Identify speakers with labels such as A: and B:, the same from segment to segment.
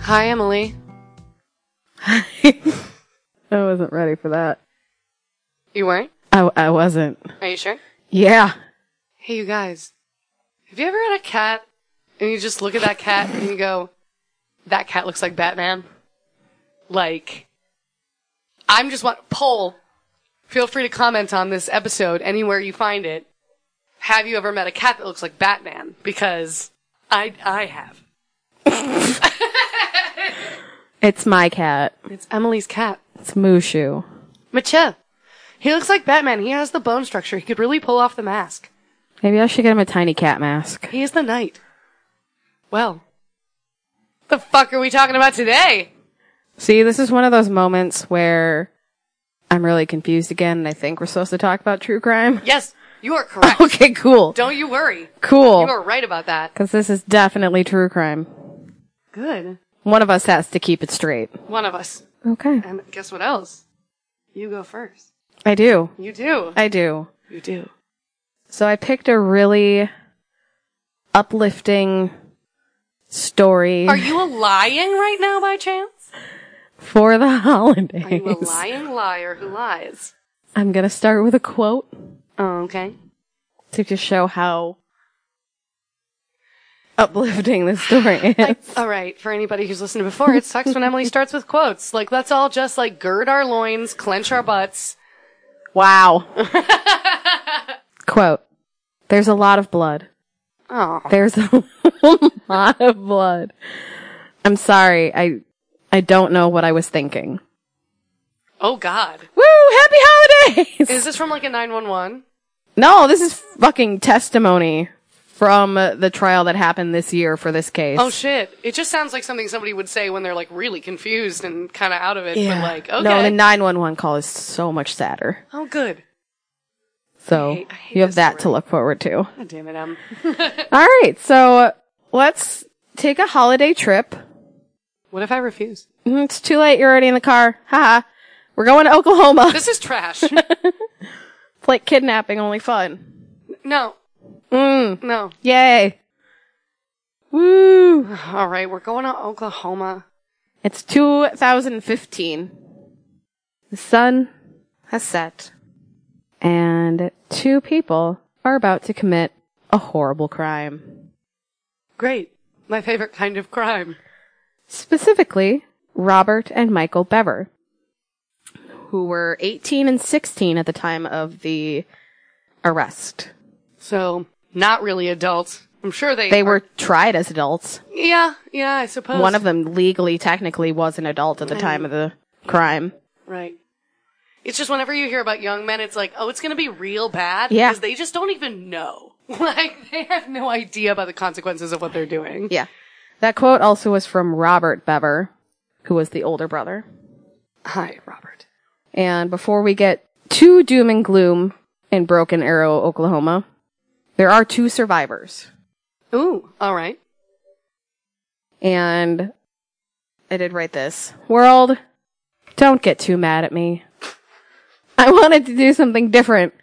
A: Hi, Emily.
B: I wasn't ready for that.
A: You weren't?
B: I, I wasn't.
A: Are you sure?
B: Yeah.
A: Hey, you guys. Have you ever had a cat and you just look at that cat and you go, that cat looks like Batman? Like, I'm just want poll. Feel free to comment on this episode anywhere you find it. Have you ever met a cat that looks like Batman? Because I I have.
B: It's my cat.
A: It's Emily's cat,
B: It's Mushu.
A: Michelle. He looks like Batman. He has the bone structure. He could really pull off the mask.
B: Maybe I should get him a tiny cat mask.
A: He is the knight. Well, the fuck are we talking about today?
B: See, this is one of those moments where I'm really confused again and I think we're supposed to talk about true crime.
A: Yes, you are correct.
B: Okay, cool.
A: Don't you worry. You
B: Cool.
A: are right about that.
B: Cause this is definitely true crime.
A: Good.
B: One of us has to keep it straight.
A: One of us.
B: Okay.
A: And guess what else? You go first.
B: I do.
A: You do.
B: I do.
A: You do.
B: So I picked a really uplifting story
A: Are you a lying right now by chance?
B: for the holidays.
A: Are you a lying liar who lies?
B: I'm gonna start with a quote
A: Oh, okay.
B: to just show how uplifting this story is.
A: All right. For anybody who's listened before, it sucks when Emily starts with quotes. Like, let's all just like gird our loins, clench our butts.
B: wow. quote. There's a lot of blood.
A: Oh,
B: There's a lot of blood. I'm sorry. I, I don't know what I was thinking.
A: oh God.
B: Woo! Happy holidays!
A: Is this from like a 911?
B: no, this is fucking testimony from uh, the trial that happened this year for this case.
A: Oh shit. It just sounds like something somebody would say when they're like really confused and kind of out of it, but like, okay.
B: No, the 911 call is so much sadder.
A: oh good.
B: So
A: I hate- I hate
B: you have
A: this
B: that to
A: story.
B: look forward to. All
A: God damn it, Em.
B: right. So let's take a holiday trip.
A: What if I refuse?
B: Mm, It's too late. You're already in the car. Haha. We're going to Oklahoma.
A: This is trash.
B: It's like kidnapping, only fun.
A: no,
B: Mm.
A: no.
B: Yay. Woo.
A: All right, we're going to Oklahoma.
B: It's 2015. The sun has set. And two people are about to commit a horrible crime.
A: Great. My favorite kind of crime.
B: specifically Robert and Michael Bever, who were 18 and 16 at the time of the arrest.
A: So, not really adults. I'm sure they
B: They were tried as adults.
A: Yeah, yeah, I suppose.
B: One of them legally, technically, was an adult at the time of the crime.
A: Right. It's just whenever you hear about young men, it's like, oh, it's going to be real bad.
B: Yeah.
A: Because they just don't even know. Like, they have no idea about the consequences of what they're doing.
B: Yeah. That quote also was from Robert Bever, who was the older brother.
A: Hi, Robert.
B: And before we get too doom and gloom in Broken Arrow, Oklahoma, there are two survivors.
A: Ooh, all right.
B: And I did write this. World, don't get too mad at me. I wanted to do something different.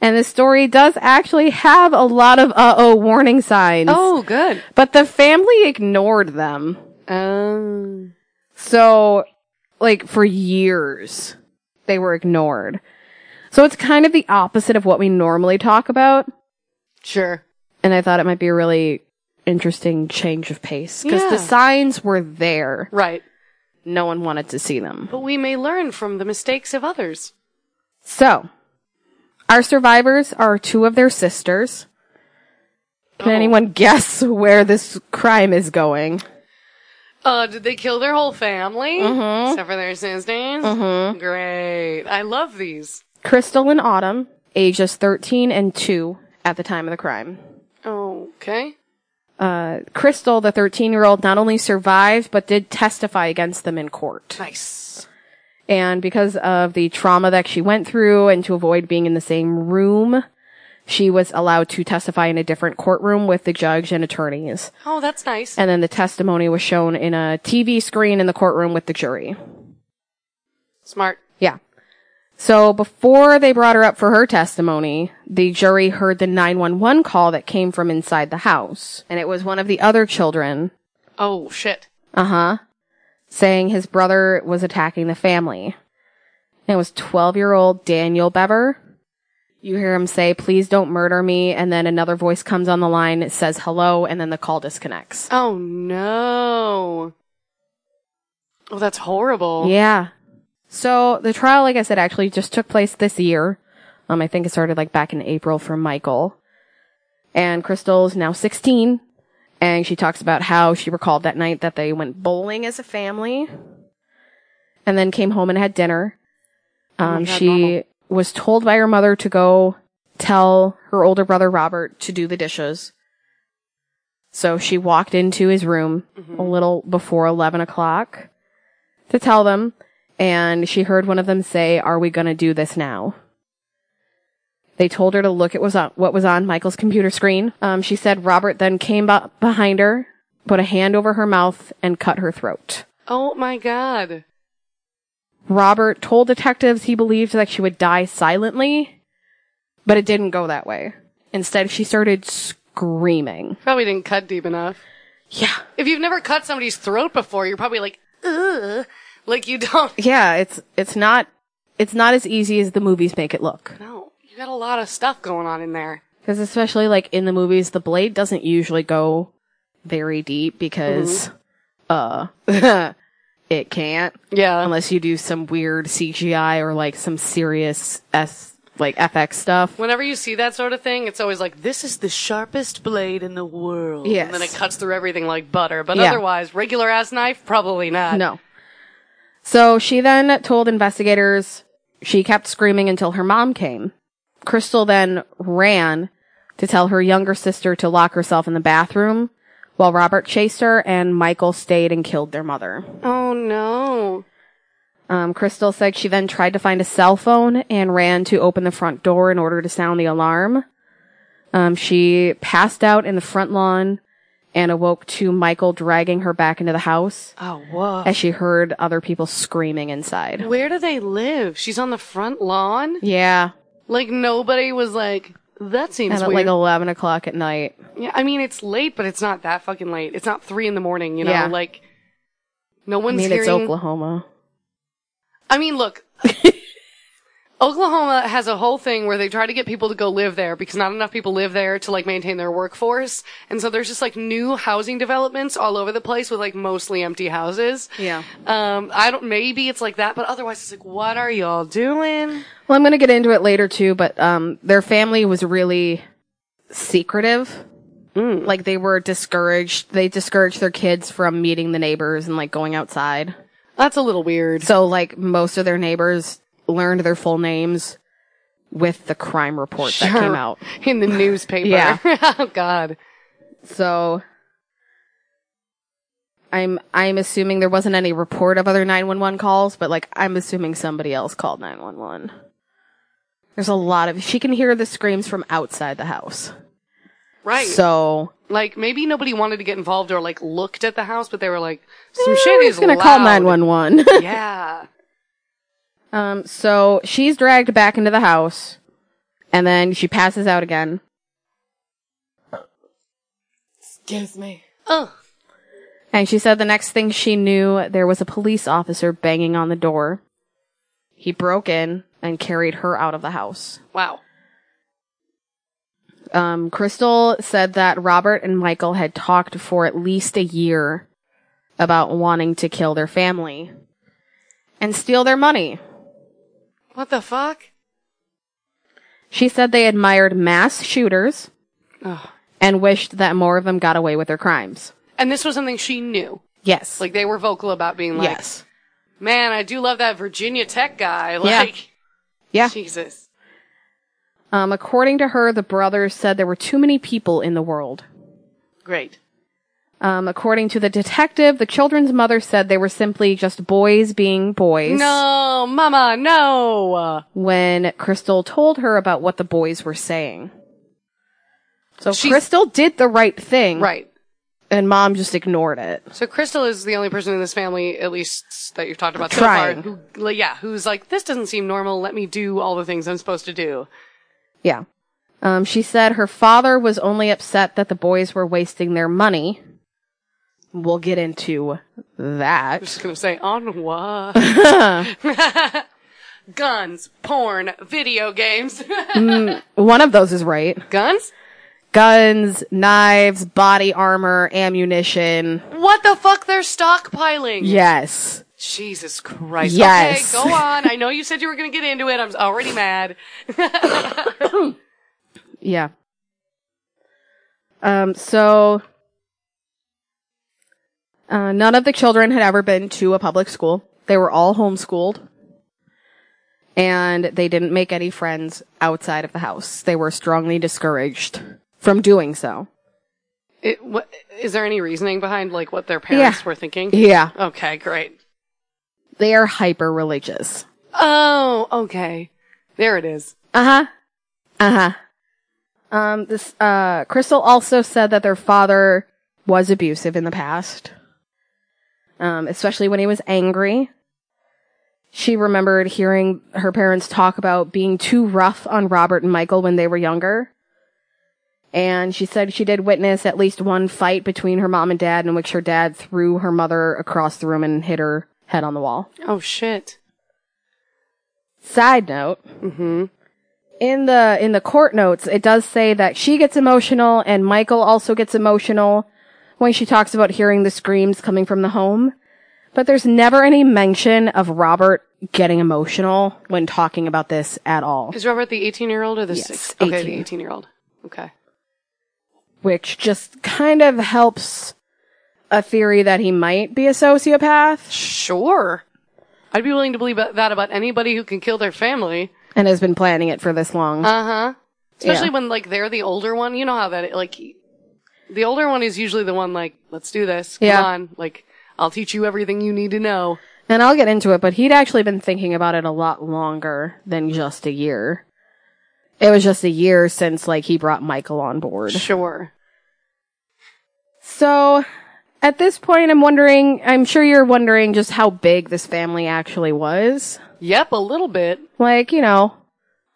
B: And the story does actually have a lot of uh oh warning signs.
A: Oh, good.
B: But the family ignored them.
A: Oh.
B: So, like, for years, they were ignored. So it's kind of the opposite of what we normally talk about.
A: Sure.
B: And I thought it might be a really interesting change of pace. Because
A: Yeah.
B: the signs were there.
A: Right.
B: No one wanted to see them.
A: But we may learn from the mistakes of others.
B: So, our survivors are two of their sisters. Can
A: Oh.
B: anyone guess where this crime is going?
A: Uh, did they kill their whole family? Except for their sisters? Great. I love these.
B: Crystal and Autumn, ages 13 and 2 at the time of the crime.
A: Okay.
B: Uh, Crystal, the 13 year old, not only survived, but did testify against them in court.
A: Nice.
B: And because of the trauma that she went through and to avoid being in the same room, she was allowed to testify in a different courtroom with the judge and attorneys.
A: Oh, that's nice.
B: and then the testimony was shown in a TV screen in the courtroom with the jury.
A: Smart.
B: Yeah. So before they brought her up for her testimony, the jury heard the 911 call that came from inside the house, and it was one of the other children.
A: Oh, shit.
B: Uh huh. saying his brother was attacking the family. And it was 12 year old Daniel Bever. You hear him say, please don't murder me. And then another voice comes on the line, it says hello, and then the call disconnects.
A: Oh no. Oh, that's horrible.
B: Yeah. So the trial, like I said, actually just took place this year. Um, I think it started like back in April for Michael. And Crystal is now 16. And she talks about how she recalled that night that they went bowling as a family and then came home and had dinner.
A: Oh my
B: Um,
A: God,
B: she
A: normal.
B: was told by her mother to go tell her older brother Robert to do the dishes. So she walked into his room
A: Mm-hmm.
B: a little before 11 o'clock to tell them, and she heard one of them say, Are we gonna do this now? They told her to look at was on, what was on Michael's computer screen. Um, she said Robert then came bu- behind her, put a hand over her mouth, and cut her throat.
A: Oh my god.
B: Robert told detectives he believed that she would die silently, but it didn't go that way. Instead, she started screaming.
A: Probably didn't cut deep enough.
B: Yeah.
A: If you've never cut somebody's throat before, you're probably like, ugh. Like you don't.
B: Yeah, it's, it's not, it's not as easy as the movies make it look.
A: No, you got a lot of stuff going on in there.
B: Because especially like in the movies, the blade doesn't usually go very deep because, uh, it can't
A: Yeah.
B: unless you do some weird CGI or like some serious S like FX stuff.
A: Whenever you see that sort of thing, it's always like, this is the sharpest blade in the world.
B: Yes.
A: And then it cuts through everything like butter. But
B: Yeah.
A: otherwise, regular ass knife, probably not.
B: No. So she then told investigators she kept screaming until her mom came. Crystal then ran to tell her younger sister to lock herself in the bathroom while Robert chased her and Michael stayed and killed their mother.
A: Oh no.
B: Um, Crystal said she then tried to find a cell phone and ran to open the front door in order to sound the alarm. Um, she passed out in the front lawn and awoke to Michael dragging her back into the house
A: Oh, whoa.
B: as she heard other people screaming inside.
A: Where do they live? She's on the front lawn?
B: Yeah,
A: Like, nobody was like, that seems
B: and at like
A: weird.
B: eleven o'clock at night.
A: yeah, I mean, it's late, but it's not that fucking late. It's not three in the morning, you know?
B: Yeah.
A: Like, no
B: I
A: one's
B: mean, it's
A: hearing-
B: Oklahoma.
A: I mean, look, Oklahoma has a whole thing where they try to get people to go live there because not enough people live there to like maintain their workforce. And so there's just like new housing developments all over the place with like mostly empty houses.
B: Yeah.
A: Um, I don't, maybe it's like that, but otherwise it's like, what are y'all doing?
B: Well, I'm going to get into it later too, but um, their family was really secretive. Like they were discouraged. They discouraged their kids from meeting the neighbors and like going outside.
A: That's a little weird.
B: So like most of their neighbors learned their full names with the crime report that came out.
A: in the newspaper.
B: Yeah.
A: oh God.
B: So I'm I'm assuming there wasn't any report of other 911 calls, but like I'm assuming somebody else called 911. There's a lot of she can hear the screams from outside the house.
A: Right.
B: So
A: like maybe nobody wanted to get involved or like looked at the house, but they were like, some shit is
B: she's Eh, gonna
A: loud.
B: call 911.
A: Yeah.
B: Um, so she's dragged back into the house, and then she passes out again. Excuse me.
A: Oh.
B: And she said the next thing she knew, there was a police officer banging on the door. He broke in and carried her out of the house.
A: Wow.
B: Um, Crystal said that Robert and Michael had talked for at least a year about wanting to kill their family and steal their money.
A: What the fuck?
B: She said they admired mass shooters
A: Ugh.
B: and wished that more of them got away with their crimes.
A: And this was something she knew.
B: Yes.
A: Like they were vocal about being like,
B: yes.
A: "Man, I do love that Virginia Tech guy." Like,
B: Yeah.
A: Jesus.
B: Um, according to her, the brothers said there were too many people in the world.
A: Great.
B: Um, according to the detective, the children's mother said they were simply just boys being boys.
A: No, mama, no.
B: When Crystal told her about what the boys were saying. So
A: She's-
B: Crystal did the right thing.
A: Right.
B: And mom just ignored it.
A: So Crystal is the only person in this family, at least that you've talked about
B: Trying.
A: so far, who, like, yeah, who's like, "This doesn't seem normal. Let me do all the things I'm supposed to do."
B: Yeah. Um, she said her father was only upset that the boys were wasting their money. We'll get into that.
A: just gonna say on what? Guns, porn, video games.
B: One of those is right.
A: Guns?
B: Guns, knives, body armor, ammunition.
A: What the fuck? They're stockpiling.
B: Yes.
A: Jesus Christ.
B: Yes.
A: Okay, go on. I know you said you were gonna get into it. I'm already mad.
B: Yeah. Um, so, uh, none of the children had ever been to a public school. They were all homeschooled. And they didn't make any friends outside of the house. They were strongly discouraged from doing so.
A: It, what, is there any reasoning behind like what their parents
B: Yeah.
A: were thinking?
B: Yeah.
A: Okay, great.
B: They are hyper religious.
A: Oh, okay. There it is.
B: Uh huh. Uh huh. Um, this, uh, Crystal also said that their father was abusive in the past. Um, especially when he was angry. She remembered hearing her parents talk about being too rough on Robert and Michael when they were younger. And she said she did witness at least one fight between her mom and dad in which her dad threw her mother across the room and hit her head on the wall.
A: Oh shit.
B: Side note.
A: Mm-hmm.
B: in the in the court notes it does say that she gets emotional and michael also gets emotional when she talks about hearing the screams coming from the home but there's never any mention of robert getting emotional when talking about this at all
A: Is Robert the 18 year old or the
B: Yes,
A: six? Okay,
B: 18.
A: the 18 year old. Okay.
B: which just kind of helps a theory that he might be a sociopath
A: Sure. I'd be willing to believe that about anybody who can kill their family.
B: and has been planning it for this long
A: Uh huh. Especially
B: Yeah.
A: when like they're the older one. You know how that like the older one is usually the one like let's do this. Come
B: Yeah.
A: on, like I'll teach you everything you need to know.
B: And I'll get into it, but he'd actually been thinking about it a lot longer than just a year. It was just a year since like he brought Michael on board.
A: Sure.
B: So at this point I'm wondering, I'm sure you're wondering just how big this family actually was.
A: Yep, a little bit.
B: Like, you know,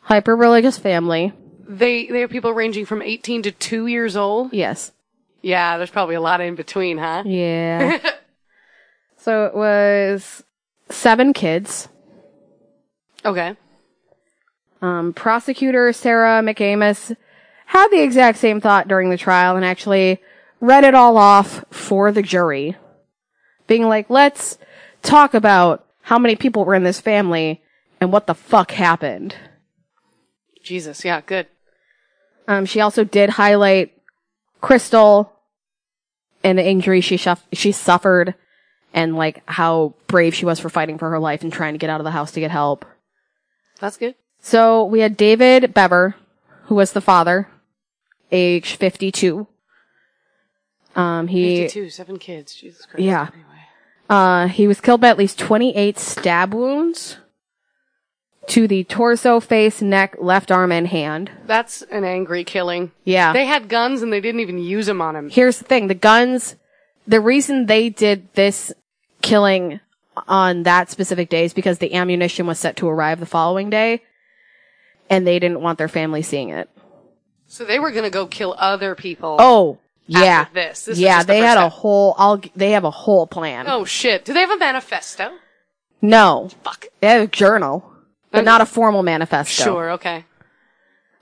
B: hyper religious family.
A: They they have people ranging from 18 to 2 years old.
B: Yes.
A: Yeah, there's probably a lot in between, huh?
B: Yeah. so it was seven kids.
A: Okay.
B: Um, prosecutor Sarah McAmis had the exact same thought during the trial and actually read it all off for the jury, being like, let's talk about how many people were in this family and what the fuck happened.
A: Jesus, yeah, good.
B: Um, she also did highlight Crystal and the injury she shuff- she suffered and like how brave she was for fighting for her life and trying to get out of the house to get help.
A: That's good.
B: So we had David Bever, who was the father, age 52. Um, he,
A: 52, seven kids. Jesus Christ.
B: Yeah.
A: Anyway.
B: uh, he was killed by at least 28 stab wounds to the torso, face, neck, left arm, and hand.
A: That's an angry killing.
B: Yeah.
A: They had guns and they didn't even use them on him.
B: Here's the thing. The guns, the reason they did this killing on that specific day is because the ammunition was set to arrive the following day and they didn't want their family seeing it.
A: So they were going to go kill other people.
B: Oh, yeah.
A: after this. This was
B: yeah,
A: just the
B: they
A: first
B: had a
A: step.
B: whole. I'll, g- they have a whole plan.
A: Oh shit. Do they have a manifesto?
B: No,
A: Fuck.
B: they have a journal, but not a formal manifesto.
A: Oh. Sure, okay.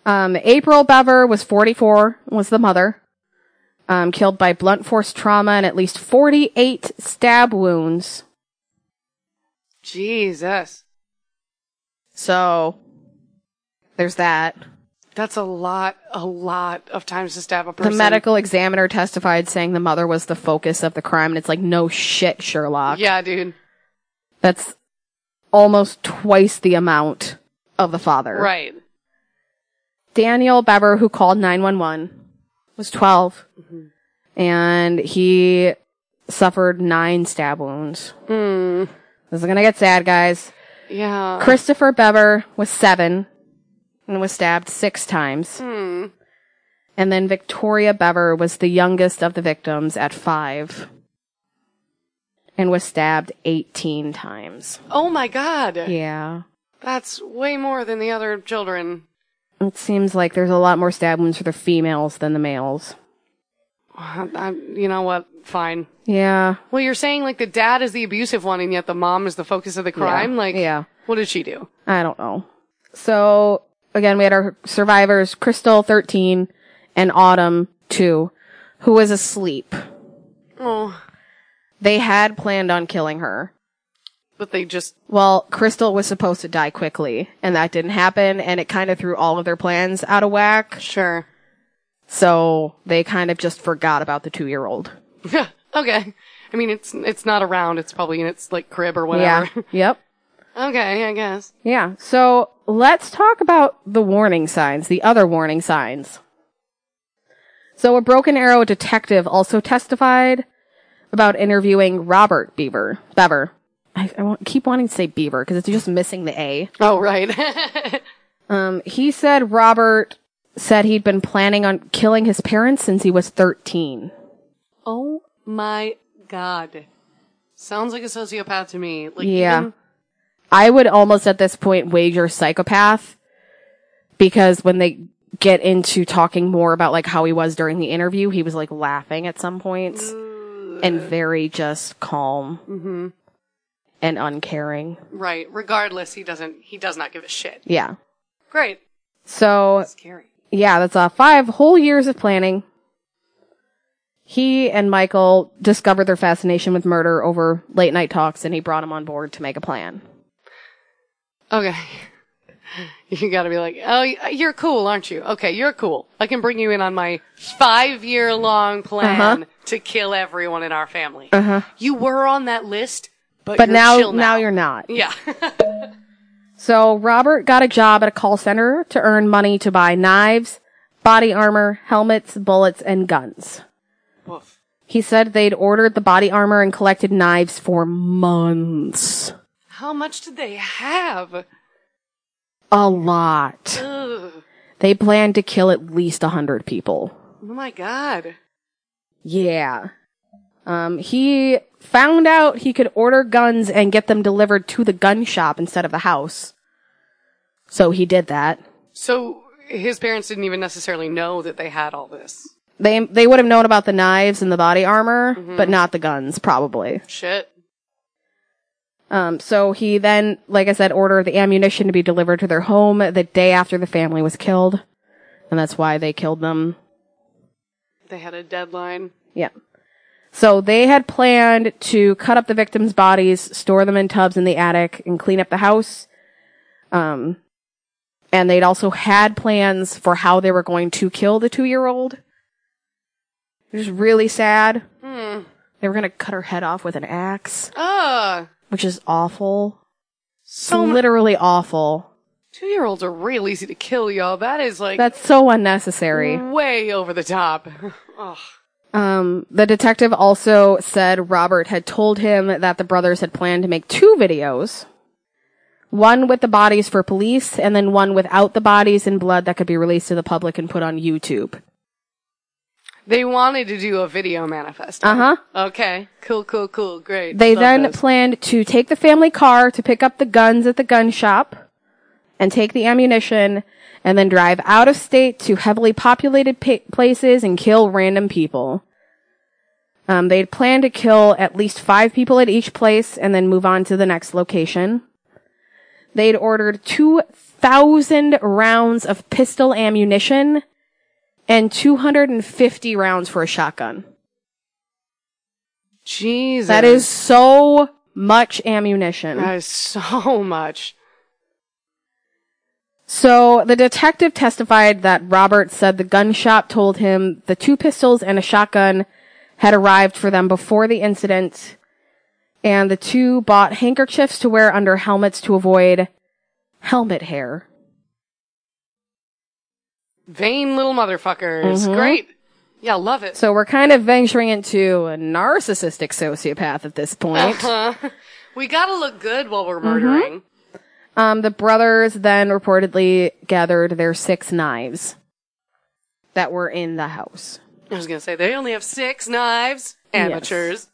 B: Um, April Bever was 44, was the mother, um, killed by blunt force trauma and at least 48 stab wounds.
A: Jesus.
B: So there's that.
A: That's a lot, a lot of times to stab a
B: The
A: person.
B: medical examiner testified saying the mother was the focus of the crime, and it's like no shit, Sherlock.
A: Yeah, dude.
B: That's almost twice the amount of the father.
A: Right.
B: Daniel Bever, who called 911, was 12, and he suffered nine stab wounds.
A: Hmm.
B: This is gonna get sad, guys.
A: Yeah.
B: Christopher Bever was seven and was stabbed six times.
A: Hmm.
B: And then Victoria Bever was the youngest of the victims at five and was stabbed 18 times.
A: Oh my god.
B: Yeah.
A: That's way more than the other children.
B: It seems like there's a lot more stab wounds for the females than the males.
A: I, I, you know what? Fine.
B: Yeah.
A: Well, you're saying like the dad is the abusive one, and yet the mom is the focus of the crime. Like,
B: yeah.
A: What did she do?
B: I don't know. So again, we had our survivors, Crystal 13 and Autumn 2, who was asleep.
A: Oh,
B: They had planned on killing her.
A: but they just
B: Well, Crystal was supposed to die quickly, and that didn't happen, and it kind of threw all of their plans out of whack.
A: sure.
B: So they kind of just forgot about the two year old.
A: okay. I mean, it's it's not around. It's probably in its like crib or whatever.
B: yep.
A: okay, I guess.
B: Yeah. So let's talk about the warning signs, the other warning signs. So a Broken Arrow detective also testified about interviewing Robert Beaver, Bever. I, I want, keep wanting to say Beaver because it's just missing the A.
A: Oh, right.
B: Um, he said Robert said he'd been planning on killing his parents since he was 13.
A: oh my god. Sounds like a sociopath to me. Like,
B: Yeah.
A: even-
B: I would almost at this point wager psychopath because when they get into talking more about like how he was during the interview, he was like laughing at some points and very just calm
A: Mm-hmm.
B: and uncaring.
A: right. Regardless, he doesn't. He does not give a shit.
B: Yeah.
A: Great.
B: So
A: Scary.
B: yeah, that's uh, five whole years of planning. He and Michael discovered their fascination with murder over late night talks and he brought him on board to make a plan.
A: Okay. You gotta be like, oh, y- you're cool, aren't you? Okay, you're cool. I can bring you in on my five year long plan
B: Uh-huh.
A: to kill everyone in our family. Uh-huh. You were on that list, but,
B: But
A: you're
B: now,
A: chill
B: now
A: now
B: you're not.
A: Yeah.
B: So Robert got a job at a call center to earn money to buy knives, body armor, helmets, bullets, and guns.
A: Woof.
B: He said they'd ordered the body armor and collected knives for months.
A: How much did they have?
B: A lot.
A: Ugh.
B: They planned to kill at least a hundred people.
A: Oh my god.
B: Yeah. Um, he found out he could order guns and get them delivered to the gun shop instead of the house. So he did that.
A: So his parents didn't even necessarily know that they had all this
B: They they would have known about the knives and the body armor, but not the guns, probably.
A: shit.
B: Um, so he then, like I said, ordered the ammunition to be delivered to their home the day after the family was killed, and that's why they killed them.
A: They had a deadline.
B: Yeah. So they had planned to cut up the victims' bodies, store them in tubs in the attic, and clean up the house. Um, and they'd also had plans for how they were going to kill the two-year-old. Which is really sad.
A: Hmm.
B: They were gonna cut her head off with an axe,
A: Ah.
B: which is awful.
A: So
B: literally awful.
A: two year olds are real easy to kill, y'all. That is like
B: That's so unnecessary.
A: way over the top. Ugh.
B: Um, the detective also said Robert had told him that the brothers had planned to make two videos. One with the bodies for police and then one without the bodies and blood that could be released to the public and put on YouTube.
A: They wanted to do a video manifesto.
B: Uh-huh.
A: Okay. Cool, cool, cool. Great.
B: They
A: Love
B: then
A: those.
B: planned to take the family car to pick up the guns at the gun shop and take the ammunition and then drive out of state to heavily populated pa- places and kill random people. Um, they'd planned to kill at least five people at each place and then move on to the next location. They'd ordered 2,000 rounds of pistol ammunition and 250 rounds for a shotgun.
A: Jesus.
B: That is so much ammunition.
A: That is so much.
B: So the detective testified that Robert said the gun shop told him the two pistols and a shotgun had arrived for them before the incident, and the two bought handkerchiefs to wear under helmets to avoid helmet hair.
A: Vain little motherfuckers.
B: Mhm.
A: Great. Yeah, love it.
B: So we're kind of venturing into a narcissistic sociopath at this point.
A: Uh-huh. We gotta look good while we're murdering.
B: Um, the brothers then reportedly gathered their six knives that were in the house.
A: I was gonna say they only have six knives. Amateurs.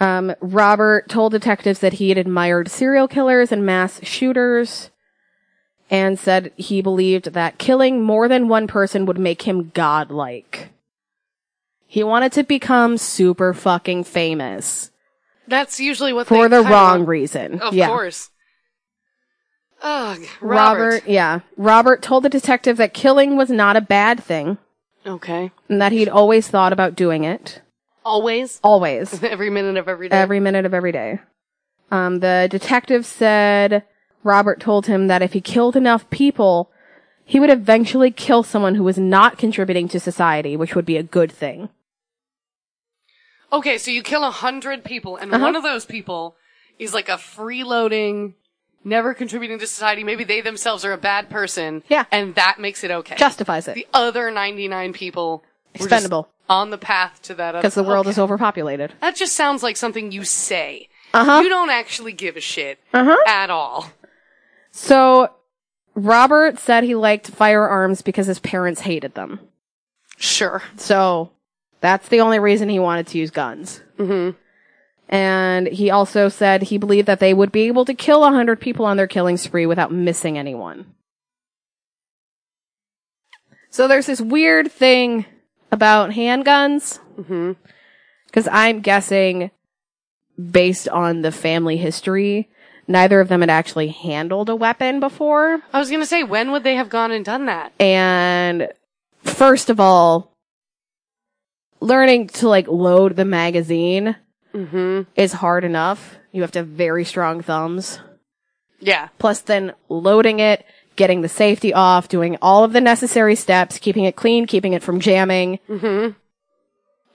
B: Um, Robert told detectives that he had admired serial killers and mass shooters and said he believed that killing more than one person would make him godlike. He wanted to become super fucking famous
A: That's usually what
B: for
A: they
B: the
A: kinda
B: wrong
A: want.
B: reason.
A: Of
B: yeah.
A: course. Ugh,
B: Robert.
A: Robert.
B: yeah. Robert told the detective that killing was not a bad thing
A: Okay.
B: and that he'd always thought about doing it.
A: Always.
B: Always.
A: Every minute of every day.
B: every minute of every day. Um, the detective said Robert told him that if he killed enough people, he would eventually kill someone who was not contributing to society, which would be a good thing.
A: Okay, so you kill a hundred people, and
B: Uh-huh.
A: one of those people is like a freeloading, never contributing to society. Maybe they themselves are a bad person.
B: Yeah.
A: And that makes it okay.
B: Justifies
A: the
B: it.
A: other 99 people were just
B: Expendable.
A: on the path to that.
B: Because the world is overpopulated.
A: That just sounds like something you say.
B: Uh huh.
A: You don't actually give a shit
B: Uh huh.
A: at all.
B: So Robert said he liked firearms because his parents hated them.
A: Sure.
B: So that's the only reason he wanted to use guns.
A: Mhm.
B: And he also said he believed that they would be able to kill 100 people on their killing spree without missing anyone. So there's this weird thing about handguns.
A: Mhm.
B: Because I'm guessing, based on the family history, neither of them had actually handled a weapon before.
A: I was gonna say, when would they have gone and done that?
B: And first of all, learning to like load the magazine
A: Mhm.
B: is hard enough. You have to have very strong thumbs.
A: Yeah.
B: Plus then loading it, getting the safety off, doing all of the necessary steps, keeping it clean, keeping it from jamming.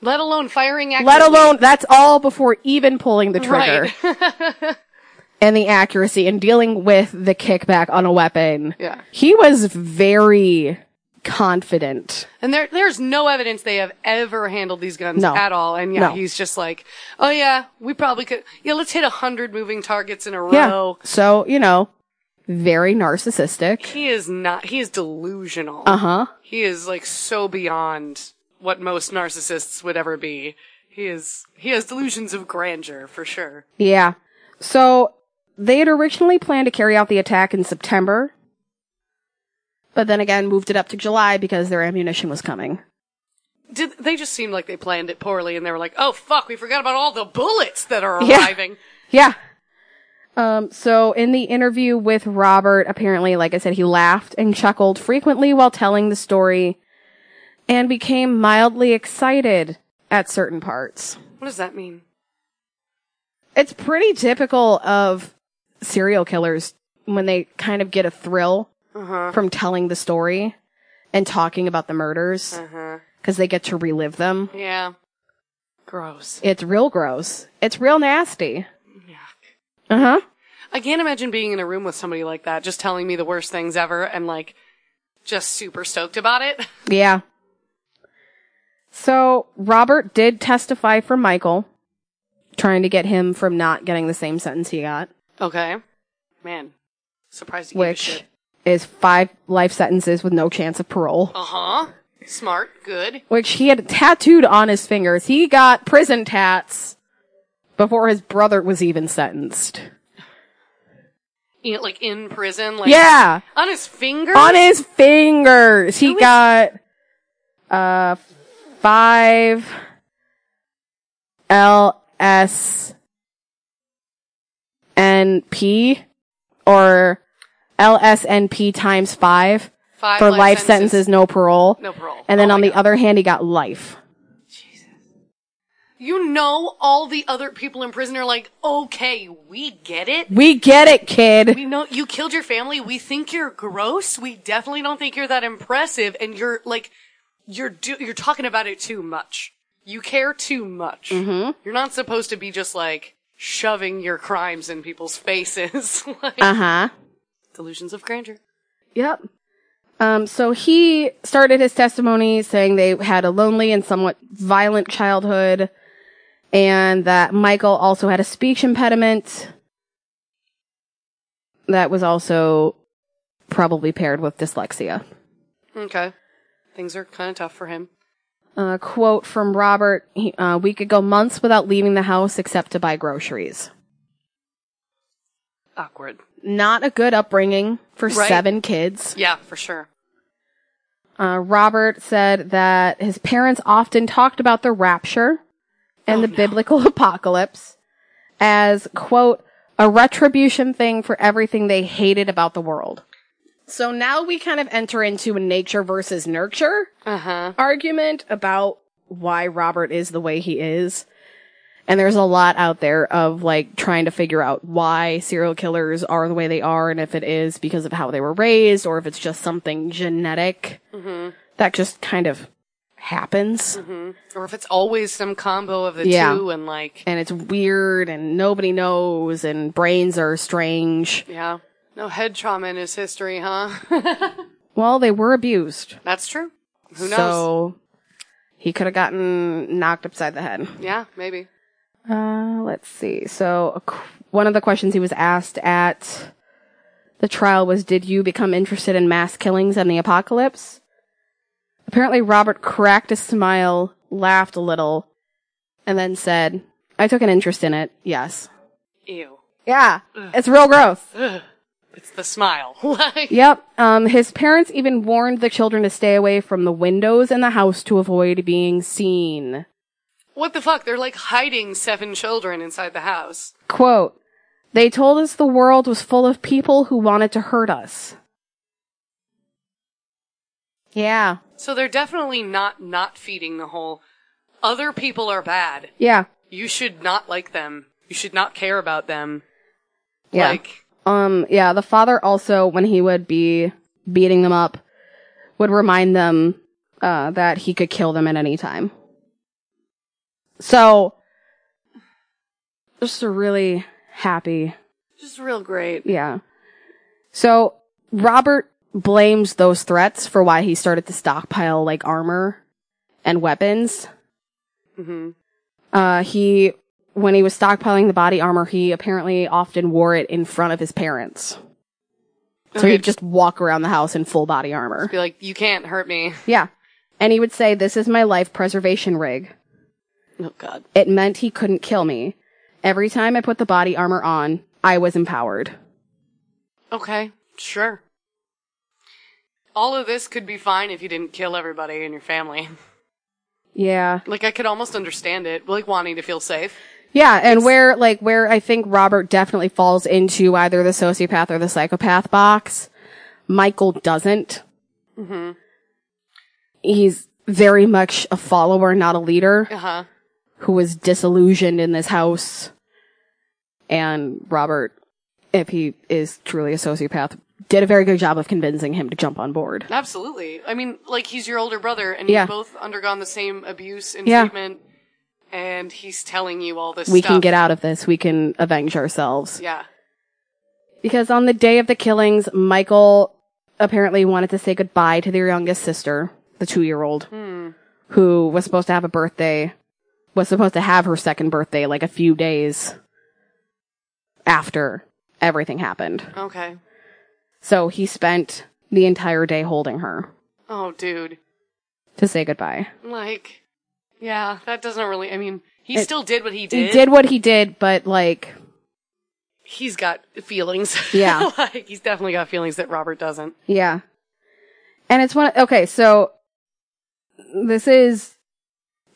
A: Let alone firing.
B: Let
A: accurately.
B: alone that's all before even pulling the trigger
A: Right.
B: and the accuracy and dealing with the kickback on a weapon.
A: yeah.
B: He was very confident.
A: And there, there's no evidence they have ever handled these guns
B: No.
A: at all. And yeah,
B: No.
A: he's just like, oh yeah, we probably could. Yeah, let's hit a hundred moving targets in a
B: Yeah.
A: row.
B: So, you know, very narcissistic.
A: He is not. He is delusional.
B: Uh-huh.
A: He is like so beyond what most narcissists would ever be. He is. He has delusions of grandeur for sure.
B: Yeah. So they had originally planned to carry out the attack in September, but then again moved it up to July because their ammunition was coming.
A: Did they just seemed like they planned it poorly? And they were like, oh fuck, we forgot about all the bullets that are
B: Yeah.
A: arriving.
B: Yeah. Um, so in the interview with Robert, apparently, like I said, he laughed and chuckled frequently while telling the story and became mildly excited at certain parts.
A: What does that mean?
B: It's pretty typical of serial killers when they kind of get a thrill
A: Uh huh.
B: from telling the story and talking about the murders
A: Uh huh.
B: because they get to relive them.
A: Yeah. Gross.
B: It's real gross. It's real nasty. Uh
A: Uh-huh.
B: huh.
A: I can't imagine being in a room with somebody like that, just telling me the worst things ever and like just super stoked about it.
B: Yeah. So Robert did testify for Michael, trying to get him from not getting the same sentence he got,
A: Okay. Man. Surprised you gave a
B: which
A: shit.
B: is five life sentences with no chance of parole.
A: Uh huh. Smart. Good.
B: Which he had tattooed on his fingers. He got prison tats before his brother was even sentenced.
A: You know, E, like in prison, like
B: Yeah.
A: on his finger.
B: on his fingers. He
A: Who is-
B: got uh five L S N P or L S N P times five
A: Five
B: for life, sentences. no parole.
A: No parole.
B: And then
A: Oh
B: on
A: my
B: the
A: God.
B: other hand, he got life.
A: you know, all the other people in prison are like, okay, we get it.
B: We get it, kid.
A: We know you killed your family. We think you're gross. We definitely don't think you're that impressive. And you're like, you're do- you're talking about it too much. You care too much.
B: Mm-hmm.
A: You're not supposed to be just like shoving your crimes in people's faces. like,
B: Uh huh.
A: delusions of grandeur.
B: Yep. Um, so he started his testimony saying they had a lonely and somewhat violent childhood, and that Michael also had a speech impediment that was also probably paired with dyslexia.
A: Okay, things are kind of tough for him.
B: A quote from Robert he, uh, We could go months without leaving the house except to buy groceries.
A: Awkward.
B: Not a good upbringing for
A: Right.
B: seven kids.
A: Yeah, for sure.
B: Uh, Robert said that his parents often talked about the rapture and the biblical apocalypse as, quote, a retribution thing for everything they hated about the world. So now we kind of enter into a nature versus nurture
A: Uh huh.
B: argument about why Robert is the way he is. And there's a lot out there of like trying to figure out why serial killers are the way they are and if it is because of how they were raised or if it's just something genetic
A: Mm-hmm.
B: that just kind of happens
A: Or if it's always some combo of the
B: Yeah.
A: two and like,
B: and it's weird and nobody knows and brains are strange.
A: yeah, no head trauma in his history, huh?
B: Well, they were abused.
A: That's true. Who knows?
B: So he could have gotten knocked upside the head.
A: yeah, maybe.
B: Uh, let's see. So, a qu- one of the questions he was asked at the trial was Did you become interested in mass killings and the apocalypse? Apparently, Robert cracked a smile, laughed a little, and then said, I took an interest in it, yes.
A: Ew.
B: Yeah, it's real gross.
A: It's the smile. like,
B: Yep. Um, his parents even warned the children to stay away from the windows in the house to avoid being seen.
A: what the fuck? They're like hiding seven children inside the house.
B: Quote, they told us the world was full of people who wanted to hurt us. Yeah.
A: So they're definitely not not feeding the whole. Other people are bad.
B: Yeah.
A: You should not like them. You should not care about them.
B: Yeah.
A: Like,
B: um, yeah, the father also, when he would be beating them up, would remind them, uh, that he could kill them at any time. So, just a really happy
A: just real great.
B: Yeah. So Robert blames those threats for why he started to stockpile like armor and weapons.
A: hmm
B: Uh, he, when he was stockpiling the body armor, he apparently often wore it in front of his parents. So
A: Okay.
B: he'd just walk around the house in full body armor.
A: Be like, you can't hurt me.
B: Yeah. And he would say, this is my life preservation rig.
A: Oh God.
B: It meant he couldn't kill me. Every time I put the body armor on, I was empowered.
A: Okay, sure. All of this could be fine if you didn't kill everybody in your family.
B: Yeah.
A: Like, I could almost understand it, like wanting to feel safe.
B: Yeah, and where like where I think Robert definitely falls into either the sociopath or the psychopath box, Michael doesn't. He's very much a follower, not a leader,
A: Uh huh.
B: who was disillusioned in this house. And Robert, if he is truly a sociopath, did a very good job of convincing him to jump on board.
A: Absolutely. I mean, like, he's your older brother, and
B: Yeah.
A: you've both undergone the same abuse and
B: Yeah.
A: treatment, and he's telling you all this
B: We
A: stuff.
B: can get out of this. We can avenge ourselves.
A: Yeah.
B: Because on the day of the killings, Michael apparently wanted to say goodbye to their youngest sister, the two year old, who was supposed to have a birthday, was supposed to have her second birthday like a few days after everything happened.
A: Okay.
B: So he spent the entire day holding her
A: Oh, dude.
B: to say goodbye.
A: Like, yeah, that doesn't really. I mean, he
B: It-
A: still did what he
B: He
A: did.
B: did what he did, but like,
A: He's got feelings.
B: Yeah.
A: like, he's definitely got feelings that Robert doesn't.
B: Yeah. And it's one, okay, so this is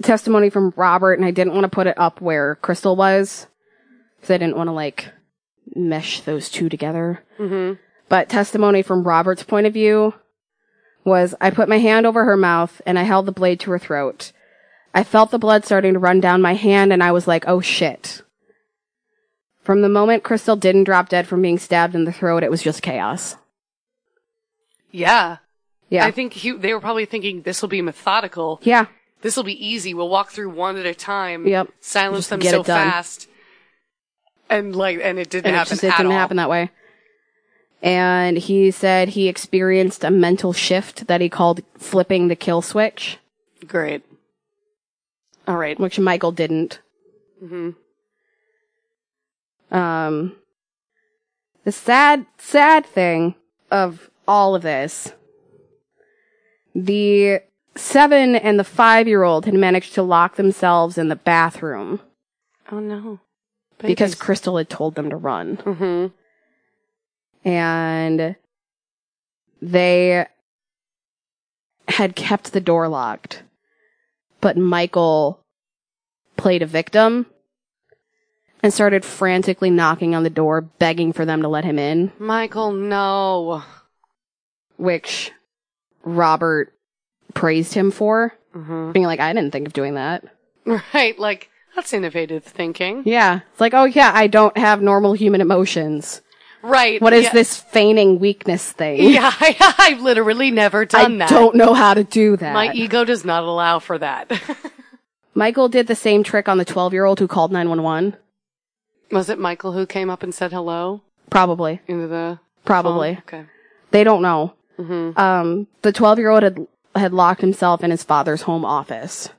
B: testimony from Robert, and I didn't want to put it up where Crystal was, because I didn't want to, like, mesh those two together.
A: Mm-hmm.
B: But testimony from Robert's point of view was I put my hand over her mouth and I held the blade to her throat. I felt the blood starting to run down my hand and I was like, oh shit. From the moment Crystal didn't drop dead from being stabbed in the throat, it was just chaos.
A: Yeah.
B: Yeah.
A: I think he, they were probably thinking this will be methodical.
B: yeah.
A: This will be easy. We'll walk through one at a time.
B: Yep.
A: Silence
B: Just
A: them
B: get
A: so
B: it done.
A: fast. And like, and it didn't
B: and
A: happen
B: it just it
A: at
B: didn't
A: all.
B: happen that way. And he said he experienced a mental shift that he called flipping the kill switch,
A: Great. All right.
B: which Michael didn't.
A: Mm-hmm.
B: Um, the sad, sad thing of all of this, the seven and the five year old had managed to lock themselves in the bathroom
A: Oh no.
B: because Crystal had told them to run.
A: hmm
B: and they had kept the door locked, but Michael played a victim and started frantically knocking on the door, begging for them to let him in,
A: Michael, no.
B: which Robert praised him for,
A: hmm
B: being like, I didn't think of doing that.
A: Right, like, that's innovative thinking.
B: Yeah. It's like, oh yeah, I don't have normal human emotions.
A: Right.
B: What is
A: yeah,
B: this feigning weakness thing?
A: Yeah, I, have literally never done
B: I
A: that.
B: don't know how to do that.
A: My ego does not allow for that.
B: Michael did the same trick on the 12 year old who called 911.
A: Was it Michael who came up and said hello
B: Probably.
A: into the
B: Probably.
A: phone? Okay.
B: They don't know.
A: Mhm.
B: Um, the 12 year old had, had locked himself in his father's home office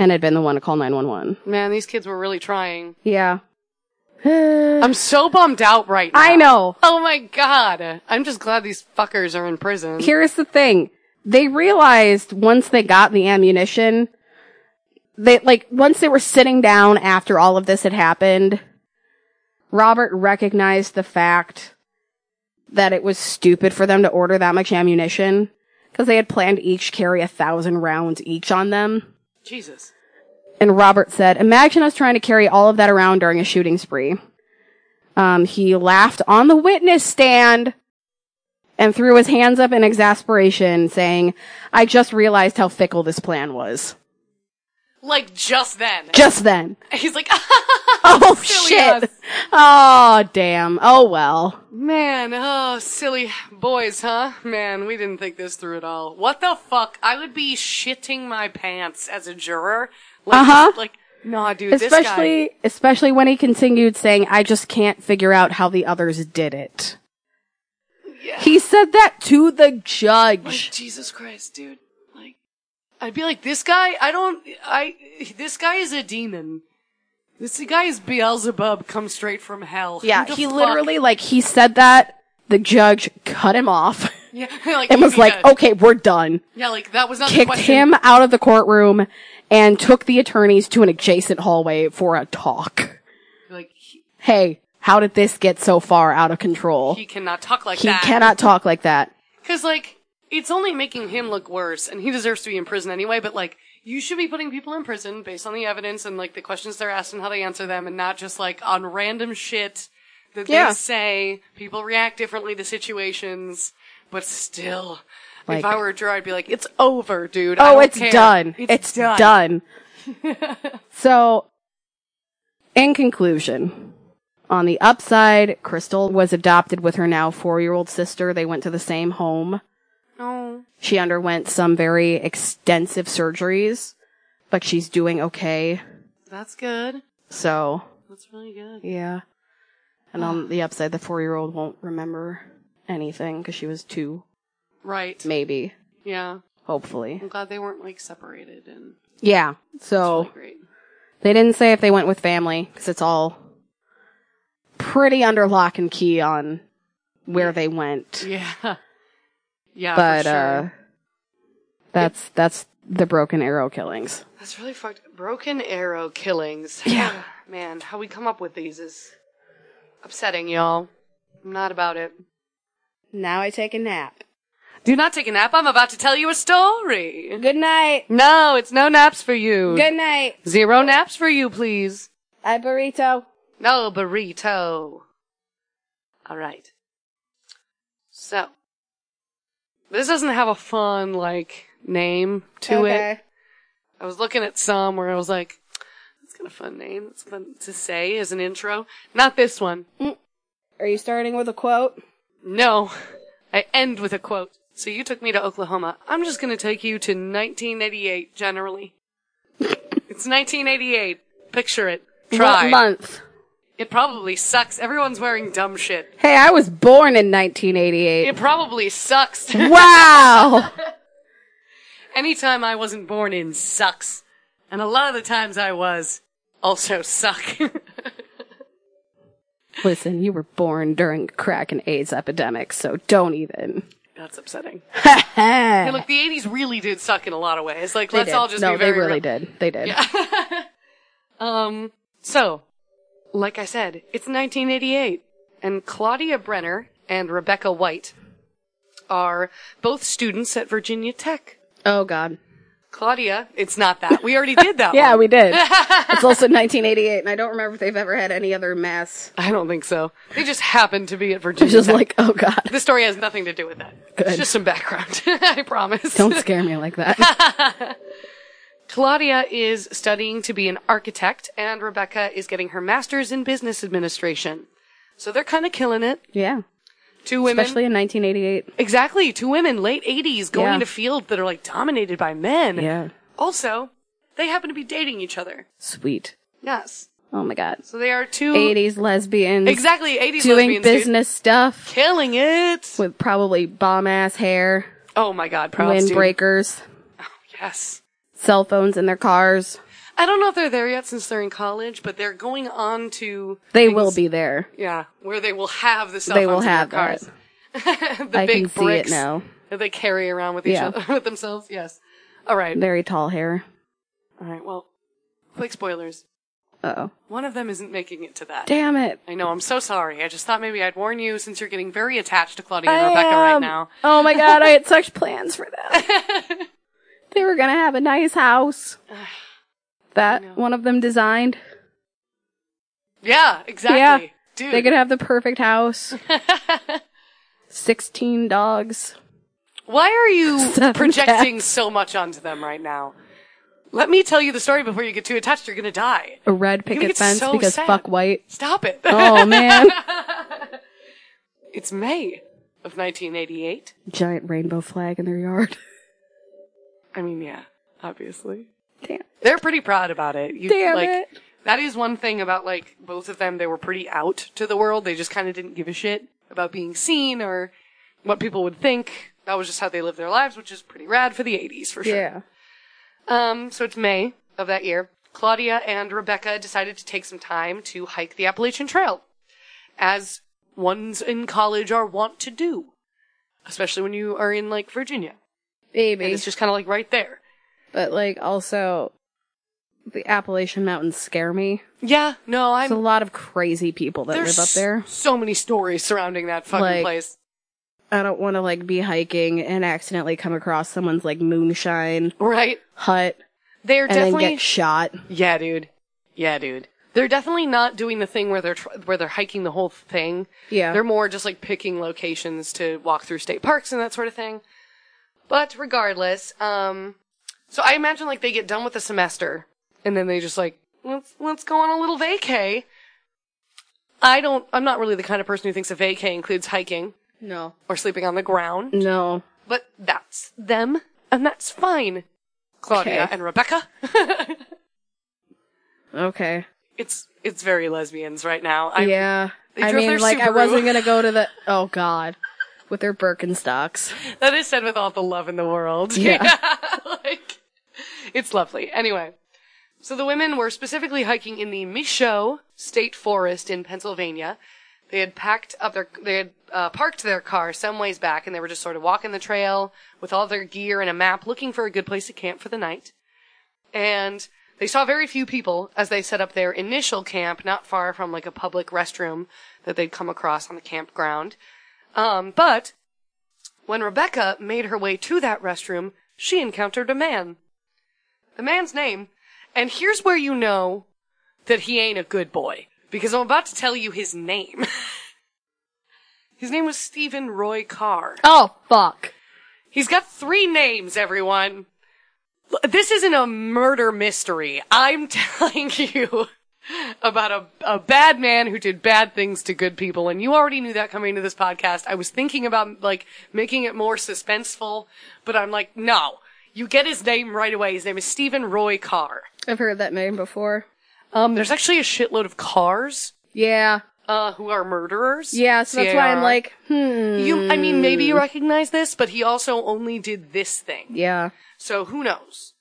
B: and had been the one to call 911.
A: Man, these kids were really trying.
B: Yeah. I
A: I'm so bummed out right now.
B: know.
A: Oh my god. I'm just glad these fuckers are in prison.
B: Here's the thing. They realized once they got the ammunition, they, like, once they were sitting down after all of this had happened, Robert recognized the fact that it was stupid for them to order that much ammunition because they had planned to each carry a thousand rounds each on them.
A: Jesus.
B: And Robert said, Imagine us trying to carry all of that around during a shooting spree. Um, he laughed on the witness stand and threw his hands up in exasperation, saying, I just realized how fickle this plan was.
A: Like just then.
B: Just then.
A: He's like
B: Oh,
A: Silly
B: shit.
A: us.
B: Oh, damn. Oh, well.
A: Man, oh silly boys, huh? Man, we didn't think this through at all. What the fuck? I would be shitting my pants as a juror. Like
B: Uh-huh.
A: like nah dude, this guy
B: Especially, especially when he continued saying, I just can't figure out how the others did it. He said that to the
A: Like,
B: judge.
A: Jesus Christ, dude. Like, I'd be like, this guy, I don't, I, this guy is a demon. This guy is Beelzebub come straight from hell.
B: Yeah,
A: Who the
B: he
A: fuck-
B: literally like he said that. The judge cut him off
A: yeah, like,
B: and was
A: he
B: like,
A: did.
B: "Okay, we're done."
A: yeah, like that was not the
B: Kicked
A: question.
B: him out of the courtroom and took the attorneys to an adjacent hallway for a talk.
A: Like, he,
B: Hey, how did this get so far out of control?
A: he cannot talk like
B: He
A: that.
B: cannot talk like that.
A: Cause like, it's only making him look worse and he deserves to be in prison anyway, but like, you should be putting people in prison based on the evidence and like the questions they're asked and how they answer them and not just like on random shit that
B: Yeah.
A: they say. People react differently to situations, but still.
B: Like-
A: if I were a juror, I'd be like, it's over, dude. I
B: Oh,
A: don't
B: it's
A: care.
B: done. It's, done. so, in conclusion, on the upside, Crystal was adopted with her now four year old sister. They went to the same home.
A: No.
B: She underwent some very extensive surgeries, but she's doing okay.
A: That's good.
B: So,
A: That's really good.
B: yeah. And on the upside, the four year old won't remember anything because she was two,
A: Right.
B: maybe,
A: Yeah.
B: hopefully.
A: I'm glad they weren't like separated and
B: Yeah. So,
A: like, great.
B: they didn't say if they went with family because it's all pretty under lock and key on where they went.
A: Yeah. Yeah. for
B: but,
A: sure.
B: uh, that's, that's the broken arrow killings.
A: That's really fucked. Broken arrow killings. Oh,
B: Yeah.
A: Man, how we come up with these is upsetting, y'all. I'm not about it.
B: Now I take a nap.
A: Do not take a nap. I'm about to tell you a story.
B: Good night.
A: No, it's no naps for you.
B: Good night.
A: Zero naps for you, please.
B: I burrito.
A: No burrito. All right. So, this doesn't have a fun, like, name to it. I was looking at some where I was like, that's kind of fun name. That's fun to say as an intro. Not this one.
B: Are you starting with a quote?
A: No. I end with a quote. So you took me to Oklahoma. I'm just going to take you to 1988 generally. it's 1988. Picture it. Try.
B: What month?
A: It probably sucks. Everyone's wearing dumb shit.
B: Hey, I was born in 1988.
A: It probably sucks.
B: Wow.
A: Anytime I wasn't born in sucks. And a lot of the times I was also suck.
B: Listen, you were born during crack and AIDS epidemic, so don't even.
A: That's upsetting.
B: they
A: Hey, look, the 80s really did suck in a lot of ways. Like, let's
B: did.
A: all just
B: no,
A: be very
B: they really
A: real.
B: did. They did.
A: Um, so, like I said, it's 1988, and Claudia Brenner and Rebecca White are both students at Virginia Tech.
B: Oh God.
A: Claudia, it's not that. We already did that
B: Yeah,
A: one.
B: we did. it's also 1988, and I don't remember if they've ever had any other mass.
A: I don't think so. They just happened to be at Virginia.
B: It's just
A: Tech.
B: like, oh God,
A: the story has nothing to do with that. It's just some background. I promise.
B: don't scare me like that.
A: Claudia is studying to be an architect, and Rebecca is getting her master's in business administration. So they're kind of killing it.
B: yeah,
A: Two women,
B: especially in 1988.
A: exactly two women, late '80s, going
B: Yeah.
A: into fields that are like dominated by men.
B: Yeah,
A: Also, they happen to be dating each other.
B: sweet.
A: Yes.
B: Oh my God.
A: So they are two
B: 80s lesbians
A: exactly '80s
B: doing
A: lesbians, dude.
B: business stuff
A: killing it.
B: with probably bomb ass hair,
A: Oh my God, props, dude.
B: windbreakers,
A: Yes.
B: cell phones in their cars.
A: I don't know if they're there yet since they're in college, but they're going on to
B: They will be there.
A: yeah, where they will have the cell
B: They
A: phones
B: will
A: in their
B: have that.
A: cars. the
B: I
A: big
B: can see it
A: bricks
B: now.
A: that they carry around with each
B: Yeah.
A: other with themselves. Yes. All right.
B: Very tall hair.
A: All right. Well, quick spoilers.
B: Oh,
A: One of them isn't making it to that.
B: damn it.
A: I know. I'm so sorry. I just thought maybe I'd warn you since you're getting very attached to Claudia and Rebecca right
B: am.
A: now.
B: Oh my god, I had such plans for them. they were gonna have a nice house that one of them designed.
A: Yeah. Exactly. Dude.
B: They could have the perfect house. Sixteen dogs.
A: Why are you
B: Seven
A: projecting so much onto them right now? Let me tell you the story before you get too attached. You're gonna die.
B: A red
A: get
B: picket fence
A: so
B: because
A: sad.
B: fuck white.
A: Stop it.
B: Oh man.
A: it's May of 1988.
B: Giant rainbow flag in their yard.
A: I mean, yeah, obviously.
B: Damn.
A: They're pretty proud about it. You,
B: Damn
A: like,
B: it.
A: That is one thing about like both of them. They were pretty out to the world. They just kind of didn't give a shit about being seen or what people would think. That was just how they lived their lives, which is pretty rad for the 80s for sure.
B: Yeah.
A: Um, so it's May of that year. Claudia and Rebecca decided to take some time to hike the Appalachian Trail, as ones in college are wont to do, especially when you are in like Virginia. And
B: Baby.
A: it's just kind of like right there.
B: but like also the Appalachian Mountains scare me.
A: Yeah, no, I'm.
B: There's a lot of crazy people that
A: there's
B: live up there.
A: so many stories surrounding that fucking
B: Like-
A: place.
B: I don't want to like be hiking and accidentally come across someone's like moonshine
A: Right?
B: hut
A: They're
B: and
A: definitely.
B: then get shot.
A: Yeah, dude. Yeah, dude. They're definitely not doing the thing where they're tr- where they're hiking the whole thing.
B: Yeah.
A: They're more just like picking locations to walk through state parks and that sort of thing. But regardless, um, so I imagine like they get done with the semester and then they just like let's let's go on a little vacay. I don't. I'm not really the kind of person who thinks a vacay includes hiking
B: no.
A: or sleeping on the ground.
B: No.
A: But that's them, and that's fine. Claudia
B: Okay.
A: and Rebecca.
B: Okay.
A: it's it's very lesbians right now. I'm,
B: yeah.
A: They
B: I
A: drove
B: mean,
A: their
B: like, I
A: Subaru.
B: wasn't gonna go to the. Oh God, with their Birkenstocks.
A: That is said with all the love in the world.
B: Yeah.
A: like, it's lovely. Anyway, so the women were specifically hiking in the Michaud State Forest in Pennsylvania. They had packed up their, they had uh, parked their car some ways back, and they were just sort of walking the trail with all their gear and a map, looking for a good place to camp for the night. And they saw very few people as they set up their initial camp, not far from like a public restroom that they'd come across on the campground. Um, but when Rebecca made her way to that restroom, she encountered a man. The man's name, and here's where you know that he ain't a good boy, because I'm about to tell you his name. his name was Stephen Roy Carr.
B: Oh fuck.
A: He's got three names, everyone. L- This isn't a murder mystery. I'm telling you about a, a bad man who did bad things to good people. And you already knew that coming into this podcast. I was thinking about like making it more suspenseful, but I'm like, no, you get his name right away. His name is Stephen Roy Carr.
B: I've heard that name before.
A: Um, there's actually a shitload of cars,
B: Yeah.
A: uh, who are murderers.
B: Yeah. So that's why I'm
A: CAR.
B: like, hmm.
A: you, I mean, maybe you recognize this, but he also only did this thing.
B: Yeah.
A: So who knows?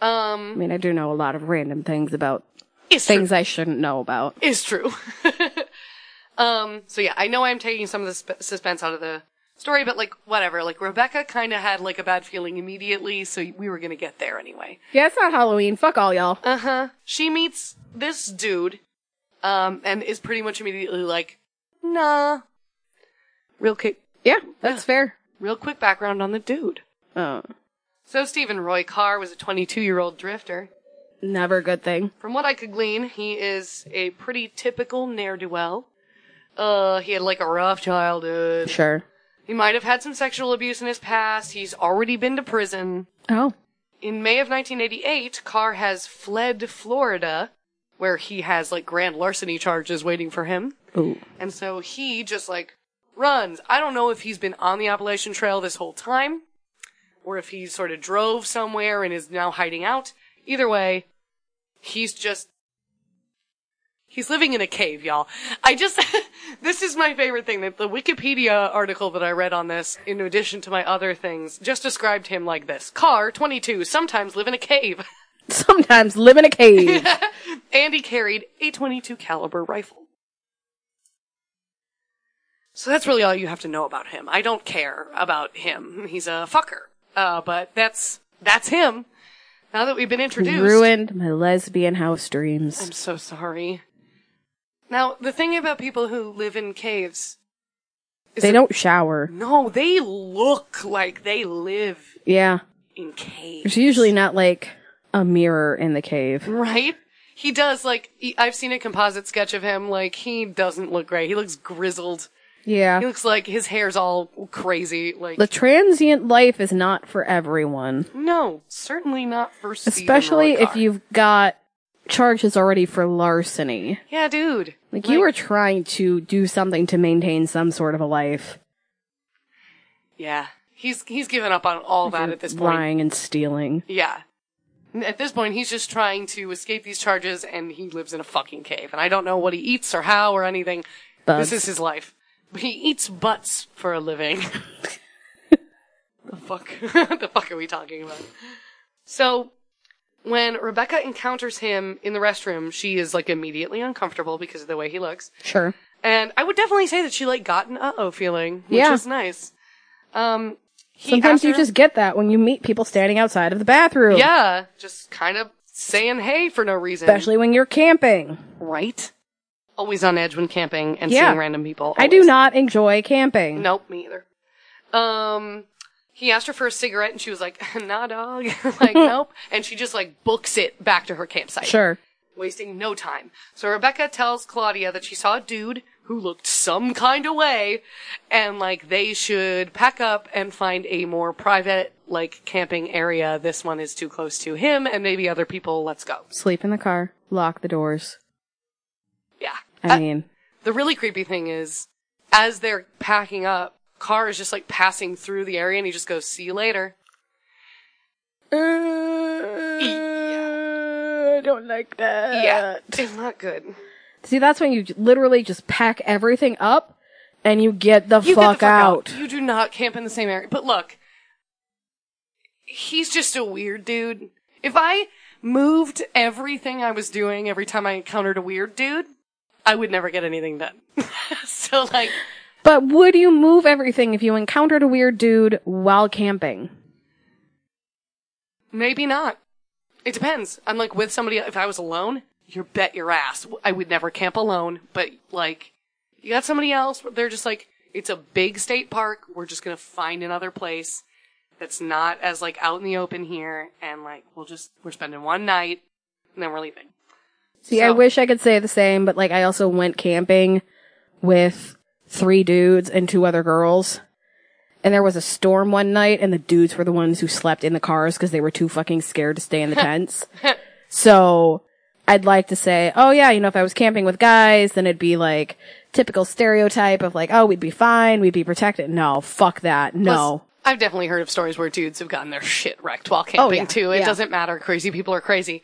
B: I
A: Um,
B: mean, I do know a lot of random things about
A: is true.
B: things I shouldn't know about.
A: Is true. um, so yeah, I know I'm taking some of the sp- suspense out of the story, but like, whatever. Like, Rebecca kind of had like a bad feeling immediately, so we were gonna get there anyway.
B: Yeah, it's not Halloween. Fuck all y'all.
A: Uh huh. She meets this dude, um, and is pretty much immediately like, nah. Real quick,
B: yeah, that's fair.
A: real quick background on the dude.
B: Oh.
A: So Stephen Roy Carr was a 22 year old drifter.
B: Never a good thing.
A: From what I could glean, he is a pretty typical ne'er do well. Uh, he had like a rough childhood.
B: Sure.
A: He might have had some sexual abuse in his past. He's already been to prison.
B: Oh.
A: In May of 1988, Carr has fled Florida, where he has like grand larceny charges waiting for him.
B: Ooh.
A: And so he just like runs. I don't know if he's been on the Appalachian Trail this whole time or if he sort of drove somewhere and is now hiding out. Either way, he's just he's living in a cave, y'all. I just this is my favorite thing that the Wikipedia article that I read on this in addition to my other things just described him like this. Car 22 sometimes live in a cave.
B: Sometimes live in a cave.
A: and he carried a 22 caliber rifle. So that's really all you have to know about him. I don't care about him. He's a fucker. Uh, but that's that's him. Now that we've been introduced,
B: Ruined my lesbian house dreams.
A: I'm so sorry. Now the thing about people who live in caves,
B: They don't shower.
A: no, they look like they live
B: Yeah.
A: in caves.
B: There's usually not like a mirror in the cave.
A: Right? He does, like, he, I've seen a composite sketch of him, like, he doesn't look great. He looks grizzled. He
B: Yeah.
A: looks like his hair's all crazy. Like,
B: The transient life is not for everyone.
A: no, certainly not for Steven
B: Especially
A: Roy
B: if
A: Carr.
B: you've got charges already for larceny.
A: Yeah, dude.
B: Like, you were trying to do something to maintain some sort of a life.
A: Yeah. He's, he's given up on all that at this point.
B: Lying and stealing.
A: Yeah. And At this point, he's just trying to escape these charges and he lives in a fucking cave. And I don't know what he eats or how or anything.
B: Bugs.
A: This is his life. He eats butts for a living. the fuck? the fuck are we talking about? So, when Rebecca encounters him in the restroom, she is like immediately uncomfortable because of the way he looks.
B: Sure.
A: And I would definitely say that she like got an uh oh feeling, which
B: Yeah.
A: is nice. Um, he
B: Sometimes you
A: after-
B: just get that when you meet people standing outside of the bathroom.
A: yeah, just kind of saying hey for no reason.
B: Especially when you're camping.
A: right. Always on edge when camping and
B: Yeah.
A: seeing random people.
B: I do
A: Always.
B: not enjoy camping.
A: Nope, me either. Um, he asked her for a cigarette and she was like, nah, dog. like, nope. And she just like books it back to her campsite.
B: Sure.
A: Wasting no time. So Rebecca tells Claudia that she saw a dude who looked some kind of way and like they should pack up and find a more private, like camping area. This one is too close to him and maybe other people. Let's go.
B: Sleep in the car. Lock the doors.
A: Yeah. Uh,
B: I mean,
A: The really creepy thing is, as they're packing up, Car is just like passing through the area and he just goes, see you later.
B: I don't like
A: Uh,
B: that.
A: It's not good.
B: See, that's when you j- literally just pack everything up and you get the,
A: You get the
B: fuck, out.
A: You do not camp in the same area. But look, he's just a weird dude. If I moved everything I was doing every time I encountered a weird dude, I would never get anything done. so like,
B: But would you move everything if you encountered a weird dude while camping?
A: maybe not. It depends. I'm like with somebody, if I was alone, you bet your ass. I would never camp alone, but like, you got somebody else, they're just like, it's a big state park, we're just gonna find another place that's not as like out in the open here, and like, we'll just, we're spending one night, and then we're leaving.
B: See, I
A: So-
B: wish I could say the same, but like I also went camping with three dudes and two other girls. And there was a storm one night and the dudes were the ones who slept in the cars because they were too fucking scared to stay in the tents. So I'd like to say, oh yeah, you know, if I was camping with guys, then it'd be like typical stereotype of like, oh, we'd be fine. We'd be protected. No, fuck that. No. Oh,
A: Plus, I've definitely heard of stories where dudes have gotten their shit wrecked while camping
B: yeah,
A: too. It
B: yeah.
A: doesn't matter. Crazy people are crazy.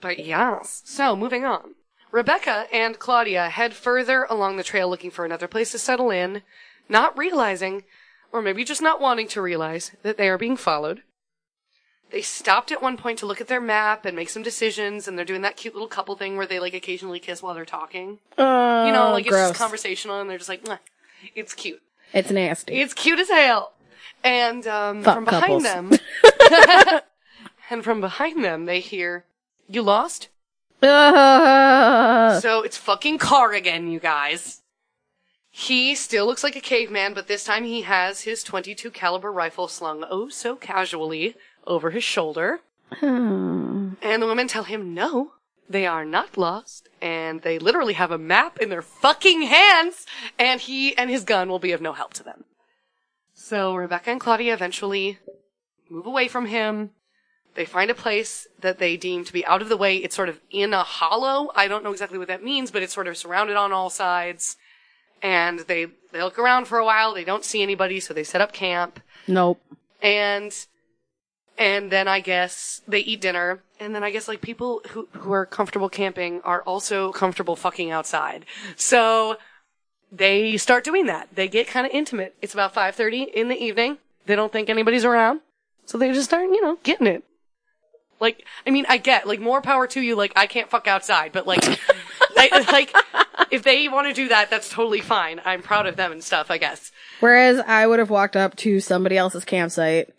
A: But yes. So moving on. Rebecca and Claudia head further along the trail looking for another place to settle in, not realizing, or maybe just not wanting to realize, that they are being followed. They stopped at one point to look at their map and make some decisions, and they're doing that cute little couple thing where they like occasionally kiss while they're talking.
B: Uh,
A: You
B: Oh,
A: know, like it's just conversational, and they're just like, "Mwah." it's cute.
B: it's nasty.
A: It's cute as hell. And um,
B: Fuck
A: from behind
B: couples.
A: them, and from behind them, they hear, "You lost."
B: Ugh.
A: So it's fucking Car again, you guys. He still looks like a caveman, but this time he has his 22 caliber rifle slung oh so casually over his shoulder. And the women tell him no, they are not lost, and they literally have a map in their fucking hands, and he and his gun will be of no help to them. So Rebecca and Claudia eventually move away from him. They find a place that they deem to be out of the way. It's sort of in a hollow. I don't know exactly what that means, but it's sort of surrounded on all sides. And they, they look around for a while. They don't see anybody, so they set up camp
B: Nope.
A: and and then I guess they eat dinner, and then I guess like people who who are comfortable camping are also comfortable fucking outside. So they start doing that. They get kind of intimate. It's about five thirty in the evening. They don't think anybody's around, so they just start you know getting it. Like I mean, I get like more power to you. Like I can't fuck outside, but like I, like if they want to do that, that's totally fine. I'm proud of them and stuff. I guess.
B: Whereas I would have walked up to somebody else's campsite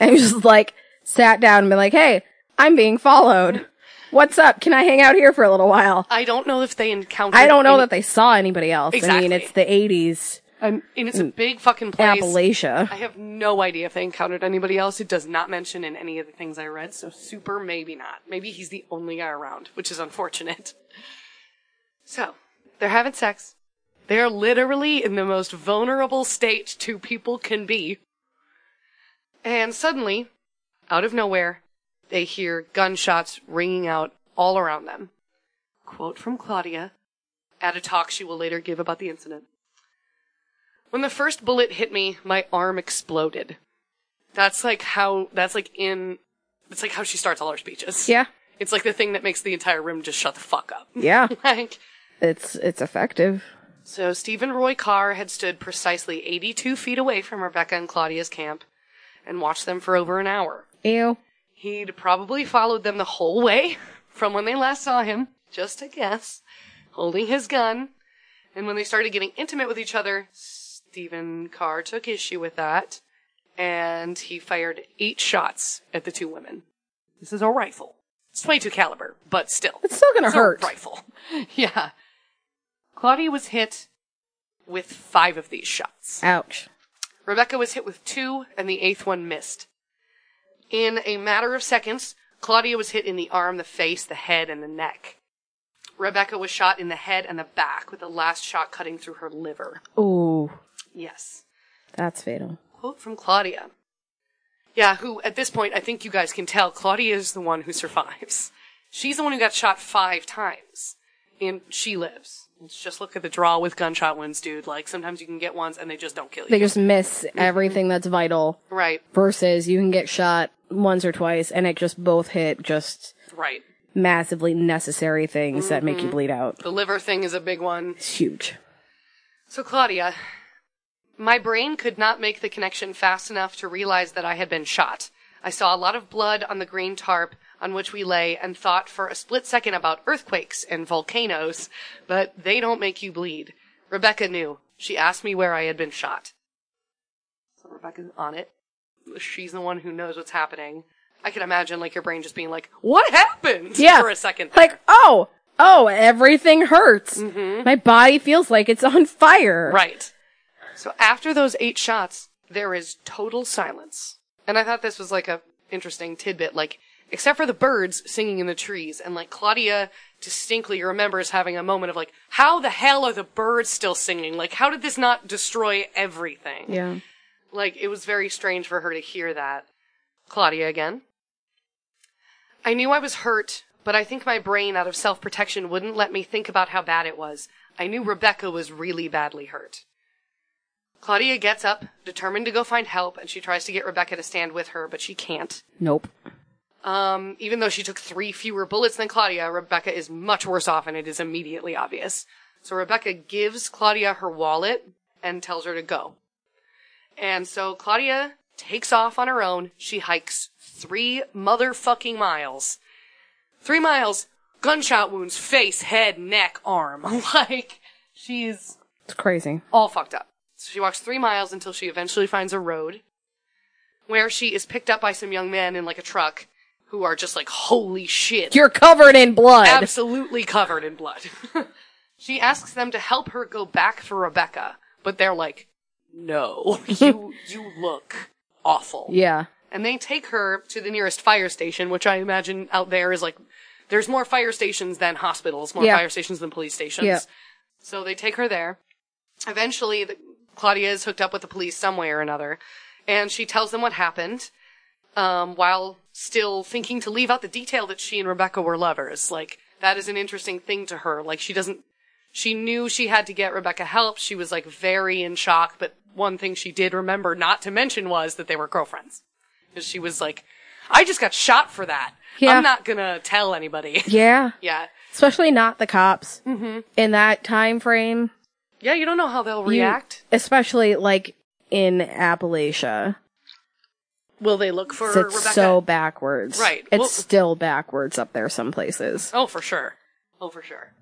B: and just like sat down and been like, "Hey, I'm being followed. What's up? Can I hang out here for a little while?"
A: I don't know if they encounter.
B: I don't know that they saw anybody else. I mean,
A: Exactly.
B: it's the '80s
A: I'm, and it's a big fucking place.
B: Appalachia.
A: I have no idea if they encountered anybody else. It does not mention in any of the things I read, so super maybe not. Maybe he's the only guy around, which is unfortunate. So, they're having sex. They're literally in the most vulnerable state two people can be. And suddenly, out of nowhere, they hear gunshots ringing out all around them. Quote from Claudia at a talk she will later give about the incident. When the first bullet hit me, my arm exploded. That's like how, that's like in, it's like how she starts all her speeches.
B: Yeah,
A: It's like the thing that makes the entire room just shut the fuck up.
B: yeah.
A: like,
B: It's it's effective.
A: so Stephen Roy Carr had stood precisely 82 feet away from Rebecca and Claudia's camp and watched them for over an hour.
B: Ew.
A: He'd probably followed them the whole way from when they last saw him, just a guess, holding his gun. And when they started getting intimate with each other, Stephen Carr took issue with that, and he fired eight shots at the two women. This is a rifle. It's 22 caliber, but still.
B: It's still gonna
A: It's a
B: hurt.
A: rifle. Yeah. Claudia was hit with five of these shots.
B: Ouch.
A: Rebecca was hit with two, and the eighth one missed. In a matter of seconds, Claudia was hit in the arm, the face, the head, and the neck. Rebecca was shot in the head and the back, with the last shot cutting through her liver.
B: Ooh,
A: Yes.
B: that's fatal.
A: Quote from Claudia. Yeah, who, at this point, I think you guys can tell, Claudia is the one who survives. She's the one who got shot five times, and she lives. Let's just look at the draw with gunshot wounds, dude. Like, sometimes you can get ones and they just don't kill you.
B: They just miss everything that's vital.
A: right,
B: Versus you can get shot once or twice and it just both hit just
A: right.
B: massively necessary things that make you bleed out.
A: The liver thing is a big one.
B: It's huge.
A: So, Claudia, my brain could not make the connection fast enough to realize that I had been shot. I saw a lot of blood on the green tarp on which we lay and thought for a split second about earthquakes and volcanoes, but they don't make you bleed. Rebecca knew. She asked me where I had been shot. So, Rebecca's on it. She's the one who knows what's happening. I can imagine, like, your brain just being like, What happened?
B: Yeah.
A: For a second.
B: Like,
A: there.
B: oh, oh, everything hurts. My body feels like it's on fire.
A: Right. So after those eight shots, there is total silence. And I thought this was like a interesting tidbit, like, except for the birds singing in the trees, and like Claudia distinctly remembers having a moment of like, how the hell are the birds still singing? Like, how did this not destroy everything?
B: Yeah.
A: Like, it was very strange for her to hear that. Claudia again. I knew I was hurt, but I think my brain, out of self protection, wouldn't let me think about how bad it was. I knew Rebecca was really badly hurt. Claudia gets up, determined to go find help, and she tries to get Rebecca to stand with her, but she can't.
B: Nope.
A: Um, even though she took three fewer bullets than Claudia, Rebecca is much worse off, and it is immediately obvious. So Rebecca gives Claudia her wallet and tells her to go. And so Claudia takes off on her own. She hikes three motherfucking miles. Three miles, gunshot wounds, face, head, neck, arm. like, she is
B: It's crazy.
A: all fucked up. So she walks three miles until she eventually finds a road where she is picked up by some young men in like a truck who are just like, holy shit.
B: You're covered in blood.
A: absolutely covered in blood. She asks them to help her go back for Rebecca, but they're like, "No, you you look awful."
B: Yeah.
A: And they take her to the nearest fire station, which I imagine out there is like there's more fire stations than hospitals, more
B: Yeah.
A: fire stations than police stations.
B: Yeah.
A: So they take her there. Eventually, the, Claudia is hooked up with the police some way or another, and she tells them what happened. Um, while still thinking to leave out the detail that she and Rebecca were lovers, like that is an interesting thing to her. Like she doesn't, she knew she had to get Rebecca help. She was like very in shock, but one thing she did remember not to mention was that they were girlfriends. 'Cause she was like, I just got shot for that.
B: Yeah.
A: I'm not gonna tell anybody.
B: Yeah.
A: yeah.
B: Especially not the cops in that time frame.
A: Yeah, you don't know how they'll
B: You-
A: react.
B: especially like in Appalachia.
A: Will they look for
B: It's
A: Rebecca?
B: so backwards.
A: Right.
B: It's
A: Well-
B: still backwards up there some places.
A: Oh, for sure. Oh, for sure.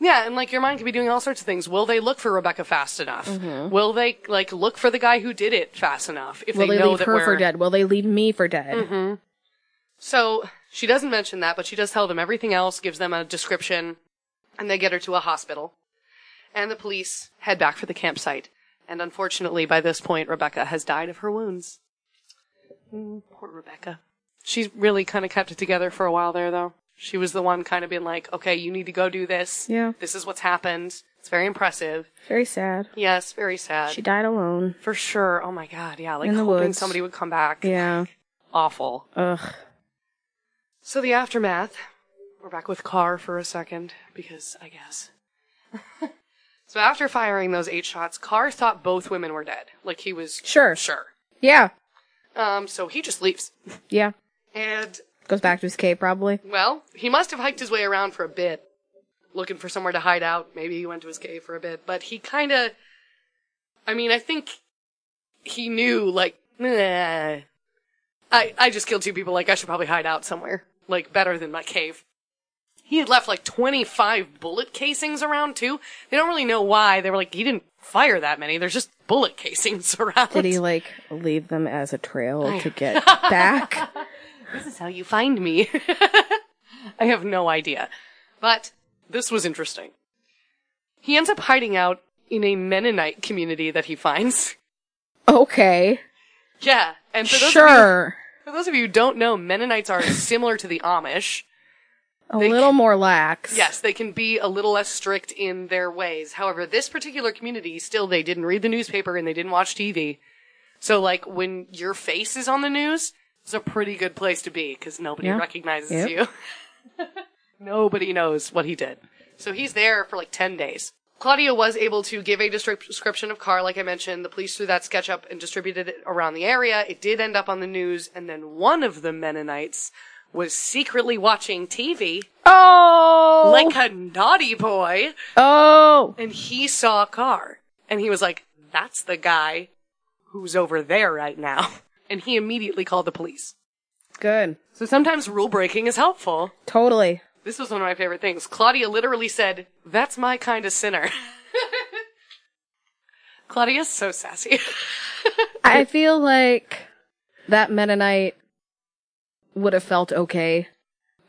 A: Yeah, and like your mind could be doing all sorts of things. Will they look for Rebecca fast enough? Will they like look for the guy who did it fast enough? If
B: Mm-hmm. Will
A: they,
B: they,
A: know
B: leave
A: that
B: her
A: we're Mm-hmm.
B: for dead? Will they leave me for dead?
A: so she doesn't mention that, but she does tell them everything else, gives them a description, and they get her to a hospital. And the police head back for the campsite. And unfortunately, by this point, Rebecca has died of her wounds. Mm, poor Rebecca. She really kind of kept it together for a while there, though. She was the one kind of being like, okay, you need to go do this.
B: Yeah.
A: This is what's happened. It's very impressive.
B: Very sad.
A: Yes, very sad.
B: She died alone.
A: for sure. Oh my God. Yeah. Like
B: In the
A: hoping
B: woods.
A: somebody would come back.
B: Yeah.
A: Awful.
B: Ugh.
A: So the aftermath. We're back with Carr for a second, because I guess. so after firing those eight shots, Carr thought both women were dead. Like he was
B: Sure.
A: sure.
B: Yeah.
A: Um, so he just leaves.
B: Yeah.
A: And
B: Goes back to his cave probably.
A: well, he must have hiked his way around for a bit, looking for somewhere to hide out. Maybe he went to his cave for a bit, but he kind of. I mean, I think he knew, like, "Nah, I I just killed two people. Like, I should probably hide out somewhere, like, better than my cave. He had left like 25 bullet casings around too. They don't really know why. They were like, he didn't fire that many. There's just bullet casings around.
B: Did he like leave them as a trail to get back?
A: this is how you find me. I have no idea. But this was interesting. He ends up hiding out in a Mennonite community that he finds.
B: Okay.
A: Yeah. And for those, of,
B: Sure.
A: you, for those of you who don't know, Mennonites are similar to the Amish.
B: A
A: They-
B: little more lax.
A: Yes, they can be a little less strict in their ways. However, this particular community, still, they didn't read the newspaper and they didn't watch TV. So, like, when your face is on the news, it's a pretty good place to be because nobody
B: Yeah.
A: recognizes
B: Yep.
A: you. nobody knows what he did. So he's there for like 10 days. Claudia was able to give a descrip- description of Carr, like I mentioned. The police threw that sketch up and distributed it around the area. It did end up on the news, and then one of the Mennonites was secretly watching TV
B: Oh.
A: like a naughty boy.
B: Oh.
A: And he saw a car. And he was like, that's the guy who's over there right now. And he immediately called the police.
B: Good.
A: So sometimes rule breaking is helpful.
B: Totally.
A: This was one of my favorite things. Claudia literally said, that's my kind of sinner. Claudia's so sassy.
B: I feel like that Mennonite would have felt okay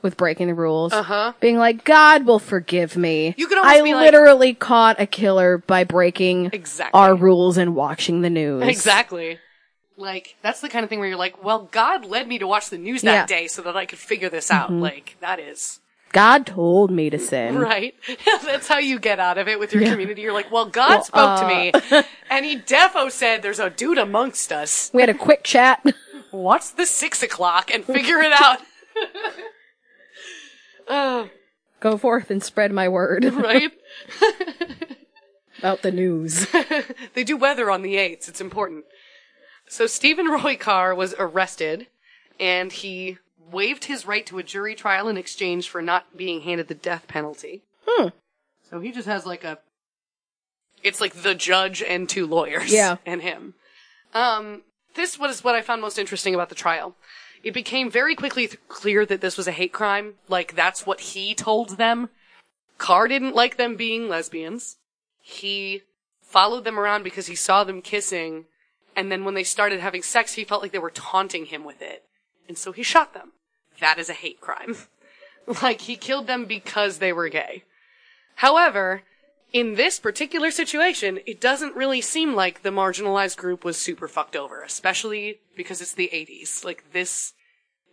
B: with breaking the rules.
A: huh.
B: Being like, God will forgive me.
A: You could almost
B: I
A: be like-
B: literally caught a killer by breaking
A: Exactly.
B: our rules and watching the news.
A: Exactly. Like, that's the kind of thing where you're like, well, God led me to watch the news that
B: Yeah. Mm-hmm.
A: day so that I could figure this out. Like, that is
B: God told me to sin.
A: Right. That's how you get out of it with your community. You're like, well, God
B: Well,
A: spoke
B: uh,
A: to me, and he defo said there's a dude amongst us.
B: We had a quick chat.
A: Watch the six o'clock and figure it out. Oh,
B: Go forth and spread my word
A: right?
B: about the news.
A: They do weather on the eights. It's important. So Stephen Roy Carr was arrested, and he waived his right to a jury trial in exchange for not being handed the death penalty.
B: Hmm.
A: So he just has like a. It's like the judge and two lawyers.
B: Yeah.
A: And him. Um, this was what I found most interesting about the trial. It became very quickly th- clear that this was a hate crime. Like, that's what he told them. Carr didn't like them being lesbians. He followed them around because he saw them kissing. And then when they started having sex, he felt like they were taunting him with it. And so he shot them. That is a hate crime. like, he killed them because they were gay. However, in this particular situation, it doesn't really seem like the marginalized group was super fucked over, especially because it's the 80s. Like this,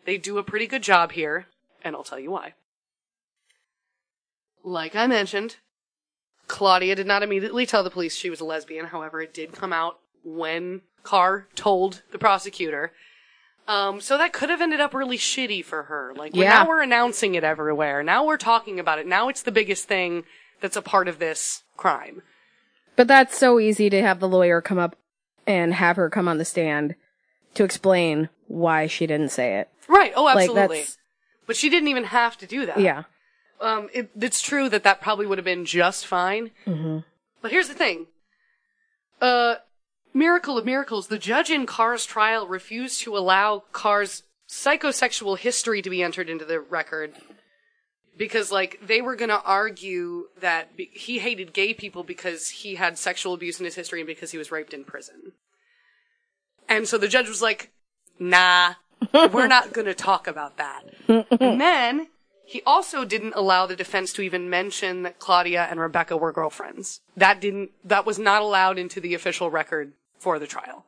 A: they do a pretty good job here, and I'll tell you why. Like I mentioned, Claudia did not immediately tell the police she was a lesbian. However, it did come out when Carr told the prosecutor. Um, so that could have ended up really shitty for her. Like we're-
B: Yeah.
A: now we're announcing it everywhere. Now we're talking about it. Now it's the biggest thing that's a part of this crime.
B: But that's so easy to have the lawyer come up and have her come on the stand to explain why she didn't say it.
A: Right. Oh,
B: Like
A: absolutely.
B: that's
A: but she didn't even have to do that.
B: yeah.
A: Um, it, it's true that that probably would have been just fine. But here's the thing. Uh, miracle of miracles, the judge in Carr's trial refused to allow Carr's psychosexual history to be entered into the record because, like, they were going to argue that be- he hated gay people because he had sexual abuse in his history and because he was raped in prison. And so the judge was like, nah, we're not going to talk about that. and then he also didn't allow the defense to even mention that Claudia and Rebecca were girlfriends. That didn't, that was not allowed into the official record for the trial.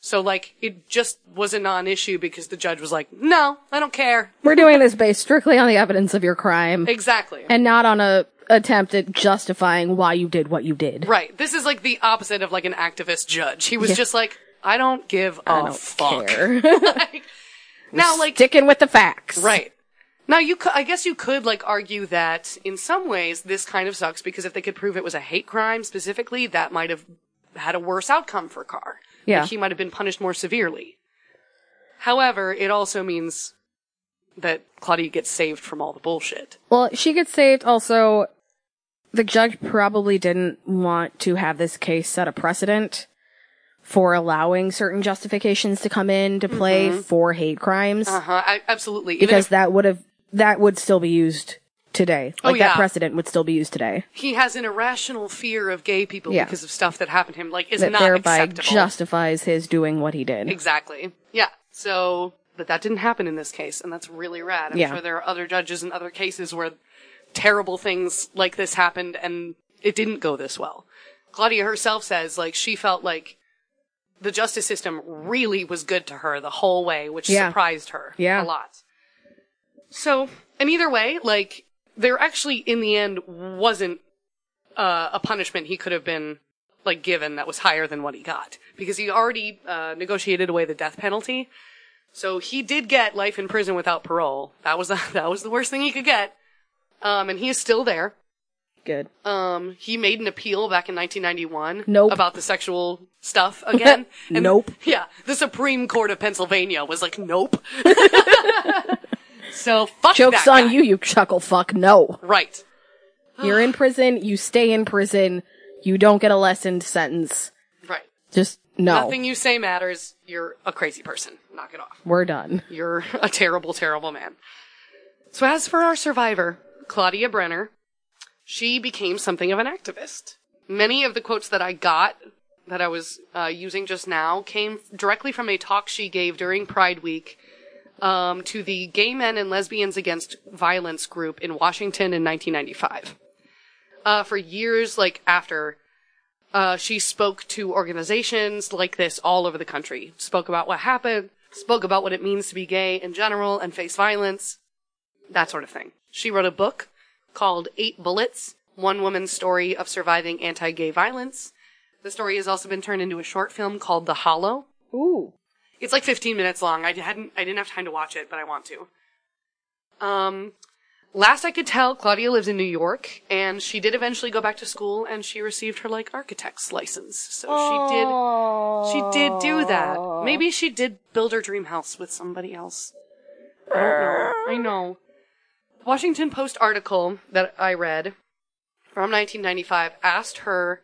A: So like, it just was a non-issue because the judge was like, no, I don't care.
B: We're doing this based strictly on the evidence of your crime
A: Exactly.
B: and not on a attempt at justifying why you did what you did.
A: right. This is like the opposite of like an activist judge. He was just like, I don't give a
B: I don't
A: fuck.
B: care.
A: Like, now like,
B: Sticking with the facts.
A: Right. Now you could, I guess you could like argue that in some ways this kind of sucks because if they could prove it was a hate crime specifically, that might have had a worse outcome for Carr.
B: Yeah.
A: Like he might have been punished more severely. However, it also means that Claudia gets saved from all the bullshit.
B: Well, she gets saved. Also, the judge probably didn't want to have this case set a precedent for allowing certain justifications to come in to play for hate crimes
A: Mm-hmm. Uh huh. I, absolutely. Even
B: because
A: if
B: that would have that would still be used today.
A: Oh,
B: Like
A: yeah.
B: that precedent would still be used today.
A: he has an irrational fear of gay people
B: Yeah.
A: because of stuff that happened to him, like is
B: That
A: not
B: thereby
A: acceptable.
B: justifies his doing what he did.
A: Exactly. Yeah. So, but that didn't happen in this case, and that's really rad. I'm
B: Yeah.
A: sure there are other judges in other cases where terrible things like this happened and it didn't go this well. Claudia herself says, like, she felt like the justice system really was good to her the whole way, which
B: Yeah.
A: surprised her
B: Yeah.
A: a lot. So, and either way, like, there actually, in the end, wasn't uh, a punishment he could have been like given that was higher than what he got because he already uh, negotiated away the death penalty. So he did get life in prison without parole. That was the, that was the worst thing he could get. Um, and he is still there.
B: Good.
A: Um, he made an appeal back in 1991
B: Nope.
A: about the sexual stuff again. And-
B: Nope.
A: Yeah, the Supreme Court of Pennsylvania was like, nope. so fuck
B: Jokes
A: that
B: on
A: guy.
B: you, you chuckle fuck. No.
A: Right.
B: You're in prison, you stay in prison, you don't get a lessened sentence.
A: Right.
B: Just no.
A: Nothing you say matters. You're a crazy person. Knock it off.
B: We're done.
A: You're a terrible, terrible man. So as for our survivor, Claudia Brenner, she became something of an activist. Many of the quotes that I got that I was uh, using just now came directly from a talk she gave during Pride Week um, to the Gay Men and Lesbians Against Violence group in Washington in 1995. Uh, for years, like after uh, she spoke to organizations like this all over the country, spoke about what happened, spoke about what it means to be gay in general and face violence, that sort of thing. She wrote a book called Eight Bullets, One Woman's Story of Surviving Anti-Gay Violence. The story has also been turned into a short film called The Hollow.
B: Ooh.
A: It's like 15 minutes long. I hadn't, I didn't have time to watch it, but I want to. Um, last I could tell, Claudia lives in New York, and she did eventually go back to school, and she received her like architect's license. So she did, she did do that. Maybe she did build her dream house with somebody else. I don't know. I know. Washington Post article that I read from 1995 asked her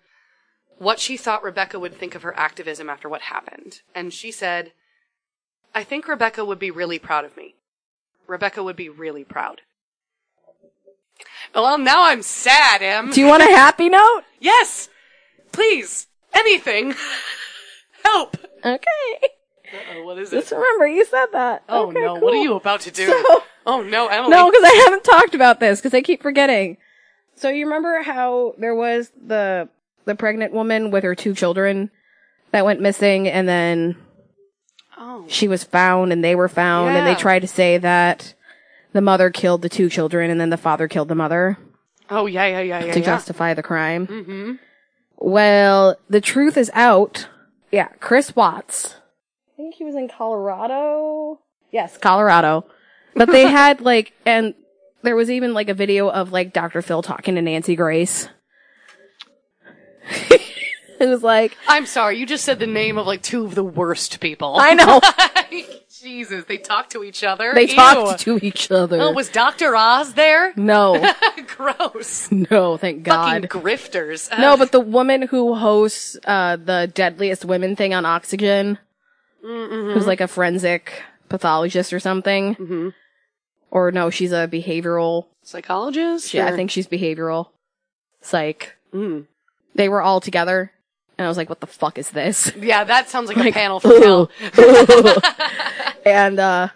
A: what she thought Rebecca would think of her activism after what happened. And she said, I think Rebecca would be really proud of me. Rebecca would be really proud. Well, now I'm sad, Em.
B: Do you want a happy note?
A: yes! Please! Anything! Help!
B: Okay.
A: Uh-oh, Oh, what is
B: Just remember you said that.
A: Oh
B: Okay,
A: no, what are
B: cool.
A: you about to do?
B: So-
A: oh no, Emily.
B: No, because I haven't talked about this because I keep forgetting. So you remember how there was the the pregnant woman with her two children that went missing and then
A: Oh.
B: she was found and they were found and they
A: Yeah.
B: tried to say that the mother killed the two children and then the father killed the mother
A: Oh yeah, yeah, yeah, yeah.
B: to
A: yeah.
B: justify the crime. Mm-hmm. Well, the truth is out. Yeah, Chris Watts. I think he was in Colorado. Yes, Colorado. But they had like, and there was even like a video of like Dr. Phil talking to Nancy Grace. it was like,
A: I'm sorry, you just said the name of like two of the worst people.
B: I know
A: Jesus, they talk to each other.
B: they
A: Ew.
B: talked to each other.
A: Oh, was Doctor Oz there?
B: no,
A: Gross.
B: no, thank God.
A: Fucking grifters.
B: No, but the woman who hosts uh, the deadliest women thing on Oxygen, who's like a forensic pathologist or something, or no, she's a behavioral.
A: psychologist.
B: Yeah,
A: or-
B: I think she's behavioral psych.
A: Mm.
B: They were all together, and I was like, "What the fuck is this?"
A: Yeah, that sounds like, a panel from
B: Ooh,
A: hell.
B: ooh. and uh,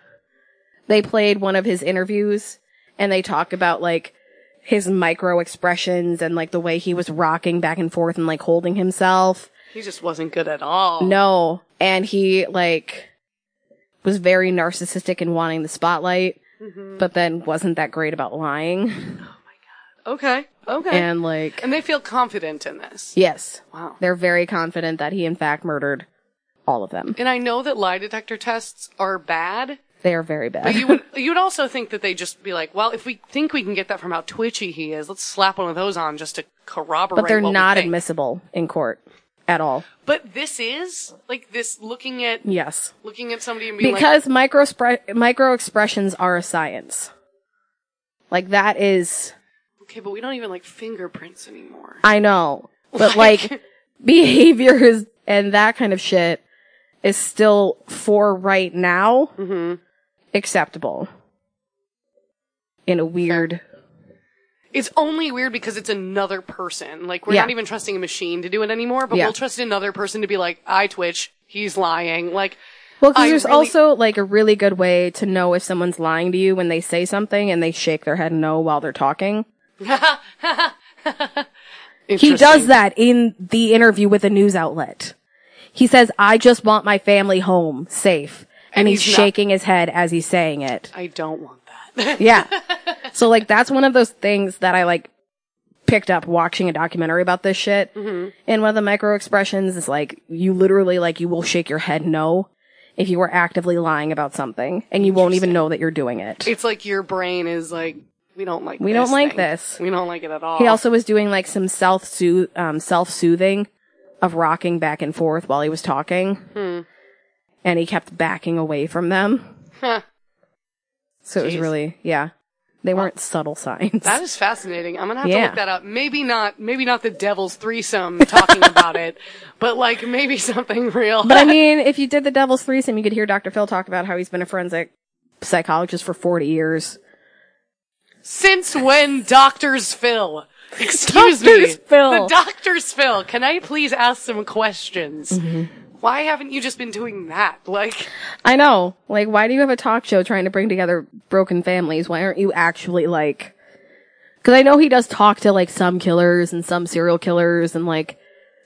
B: they played one of his interviews, and they talk about like his micro expressions and like the way he was rocking back and forth and like holding himself.
A: He just wasn't good at all.
B: No. And he, like, was very narcissistic in wanting the spotlight,
A: Mm-hmm.
B: but then wasn't that great about lying.
A: Okay. Okay. And,
B: and, like,
A: they feel confident in this.
B: yes,
A: Wow.
B: they're very confident that he, in fact, murdered all of them.
A: And I know that lie detector tests are bad,
B: They are very bad.
A: but you would you'd also think that they'd just be like, well, if we think we can get that from how twitchy he is, let's slap one of those on just to corroborate.
B: but they're
A: what we
B: not
A: think.
B: admissible in court at all.
A: But this is like this looking at
B: Yes.
A: looking at somebody and being like,
B: Because micro, micro expressions are a science. Like, that is,
A: okay, but we don't even like fingerprints anymore.
B: I know, but like, behaviors and that kind of shit is still for right now
A: Mm-hmm.
B: acceptable in a weird
A: It's only weird because it's another person. Like we're
B: Yeah.
A: not even trusting a machine to do it anymore, but
B: Yeah.
A: we'll trust another person to be like, I twitch, he's lying. Like
B: well because
A: I
B: there's
A: really-
B: also like a really good way to know if someone's lying to you when they say something and they shake their head no while they're talking he does that in the interview with a news outlet he says i just want my family home safe and,
A: And
B: he's,
A: he's not-
B: shaking his head as he's saying it
A: I don't want that.
B: Yeah. so like that's one of those things that I like picked up watching a documentary about this shit.
A: Mm-hmm.
B: And one of the micro expressions is like you literally like you will shake your head no if you are actively lying about something and you won't even know that you're doing it.
A: it's like your brain is like, we don't like.
B: We
A: this
B: don't like
A: thing.
B: this.
A: We don't like it at all.
B: He also was doing like some self sooth um, self soothing of rocking back and forth while he was talking.
A: Hmm.
B: And he kept backing away from them.
A: Huh.
B: So it was
A: Jeez.
B: really yeah. They weren't subtle signs.
A: that is fascinating. I'm gonna have to
B: Yeah.
A: look that up. Maybe not. Maybe not the devil's threesome talking about it, but like maybe something real.
B: But I mean, if you did the Devil's Threesome, you could hear Dr. Phil talk about how he's been a forensic psychologist for 40 years.
A: Since when doctors fill? Excuse
B: Doctors
A: me.
B: fill.
A: The doctors fill. Can I please ask some questions?
B: Mm-hmm.
A: Why haven't you just been doing that? Like,
B: I know. Like, why do you have a talk show trying to bring together broken families? Why aren't you actually like, cause I know he does talk to like some killers and some serial killers and like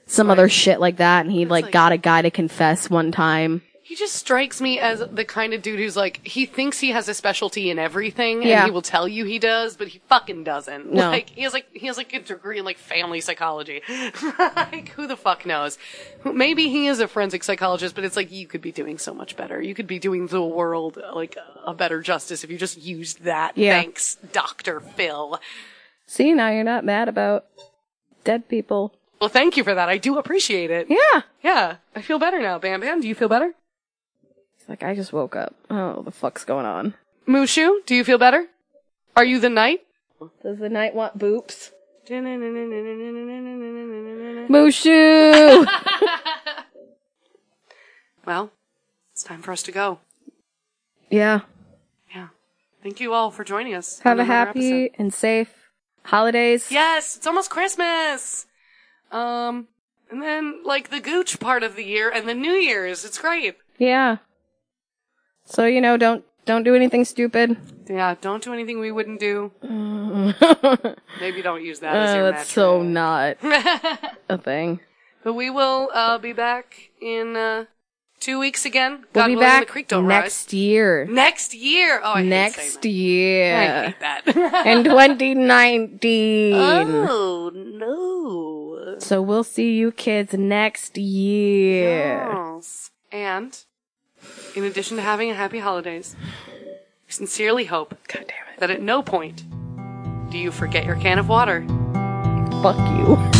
B: some other shit like that. And he like,
A: like-
B: got a guy to confess one time.
A: he just strikes me as the kind of dude who's like, he thinks he has a specialty in everything
B: Yeah.
A: and he will tell you he does, but he fucking doesn't.
B: No.
A: Like, he has like, he has like a degree in like family psychology. like, who the fuck knows? Who- Maybe he is a forensic psychologist, but it's like, you could be doing so much better. You could be doing the world like a better justice if you just used that.
B: Yeah.
A: Thanks, Dr. Phil.
B: See, now you're not mad about dead people.
A: Well, thank you for that. I do appreciate it.
B: Yeah.
A: Yeah, I feel better now, Bam Bam. Do you feel better?
B: It's like, I just woke up. Oh, the fuck's going on?
A: Mushu, do you feel better? Are you the knight?
B: Does the night want boops?
A: Well,
B: Mushu!
A: it's time for us to go.
B: Yeah.
A: Yeah. Thank you all for joining us. on
B: Have a
A: another
B: happy
A: episode.
B: and safe holidays.
A: Yes, it's almost Christmas. Um, and then like the gooch part of the year and the New Year's. It's great.
B: Yeah. So, you know, don't Don't do anything stupid.
A: Yeah, don't do anything we wouldn't do. Maybe don't use that as
B: Uh,
A: your
B: that's so
A: mantra.
B: not a thing.
A: But we will uh, be back in uh, two weeks again.
B: We'll
A: God willing,
B: be
A: the
B: back
A: creek don't
B: next year.
A: rise. Next year. Oh, I hate saying
B: next
A: that.
B: year.
A: I hate that.
B: In 2019.
A: oh no.
B: So we'll see you kids next year.
A: Yes. And in addition to having a happy holidays, we sincerely hope
B: God damn
A: that at no point do you forget your can of water.
B: it. Fuck you.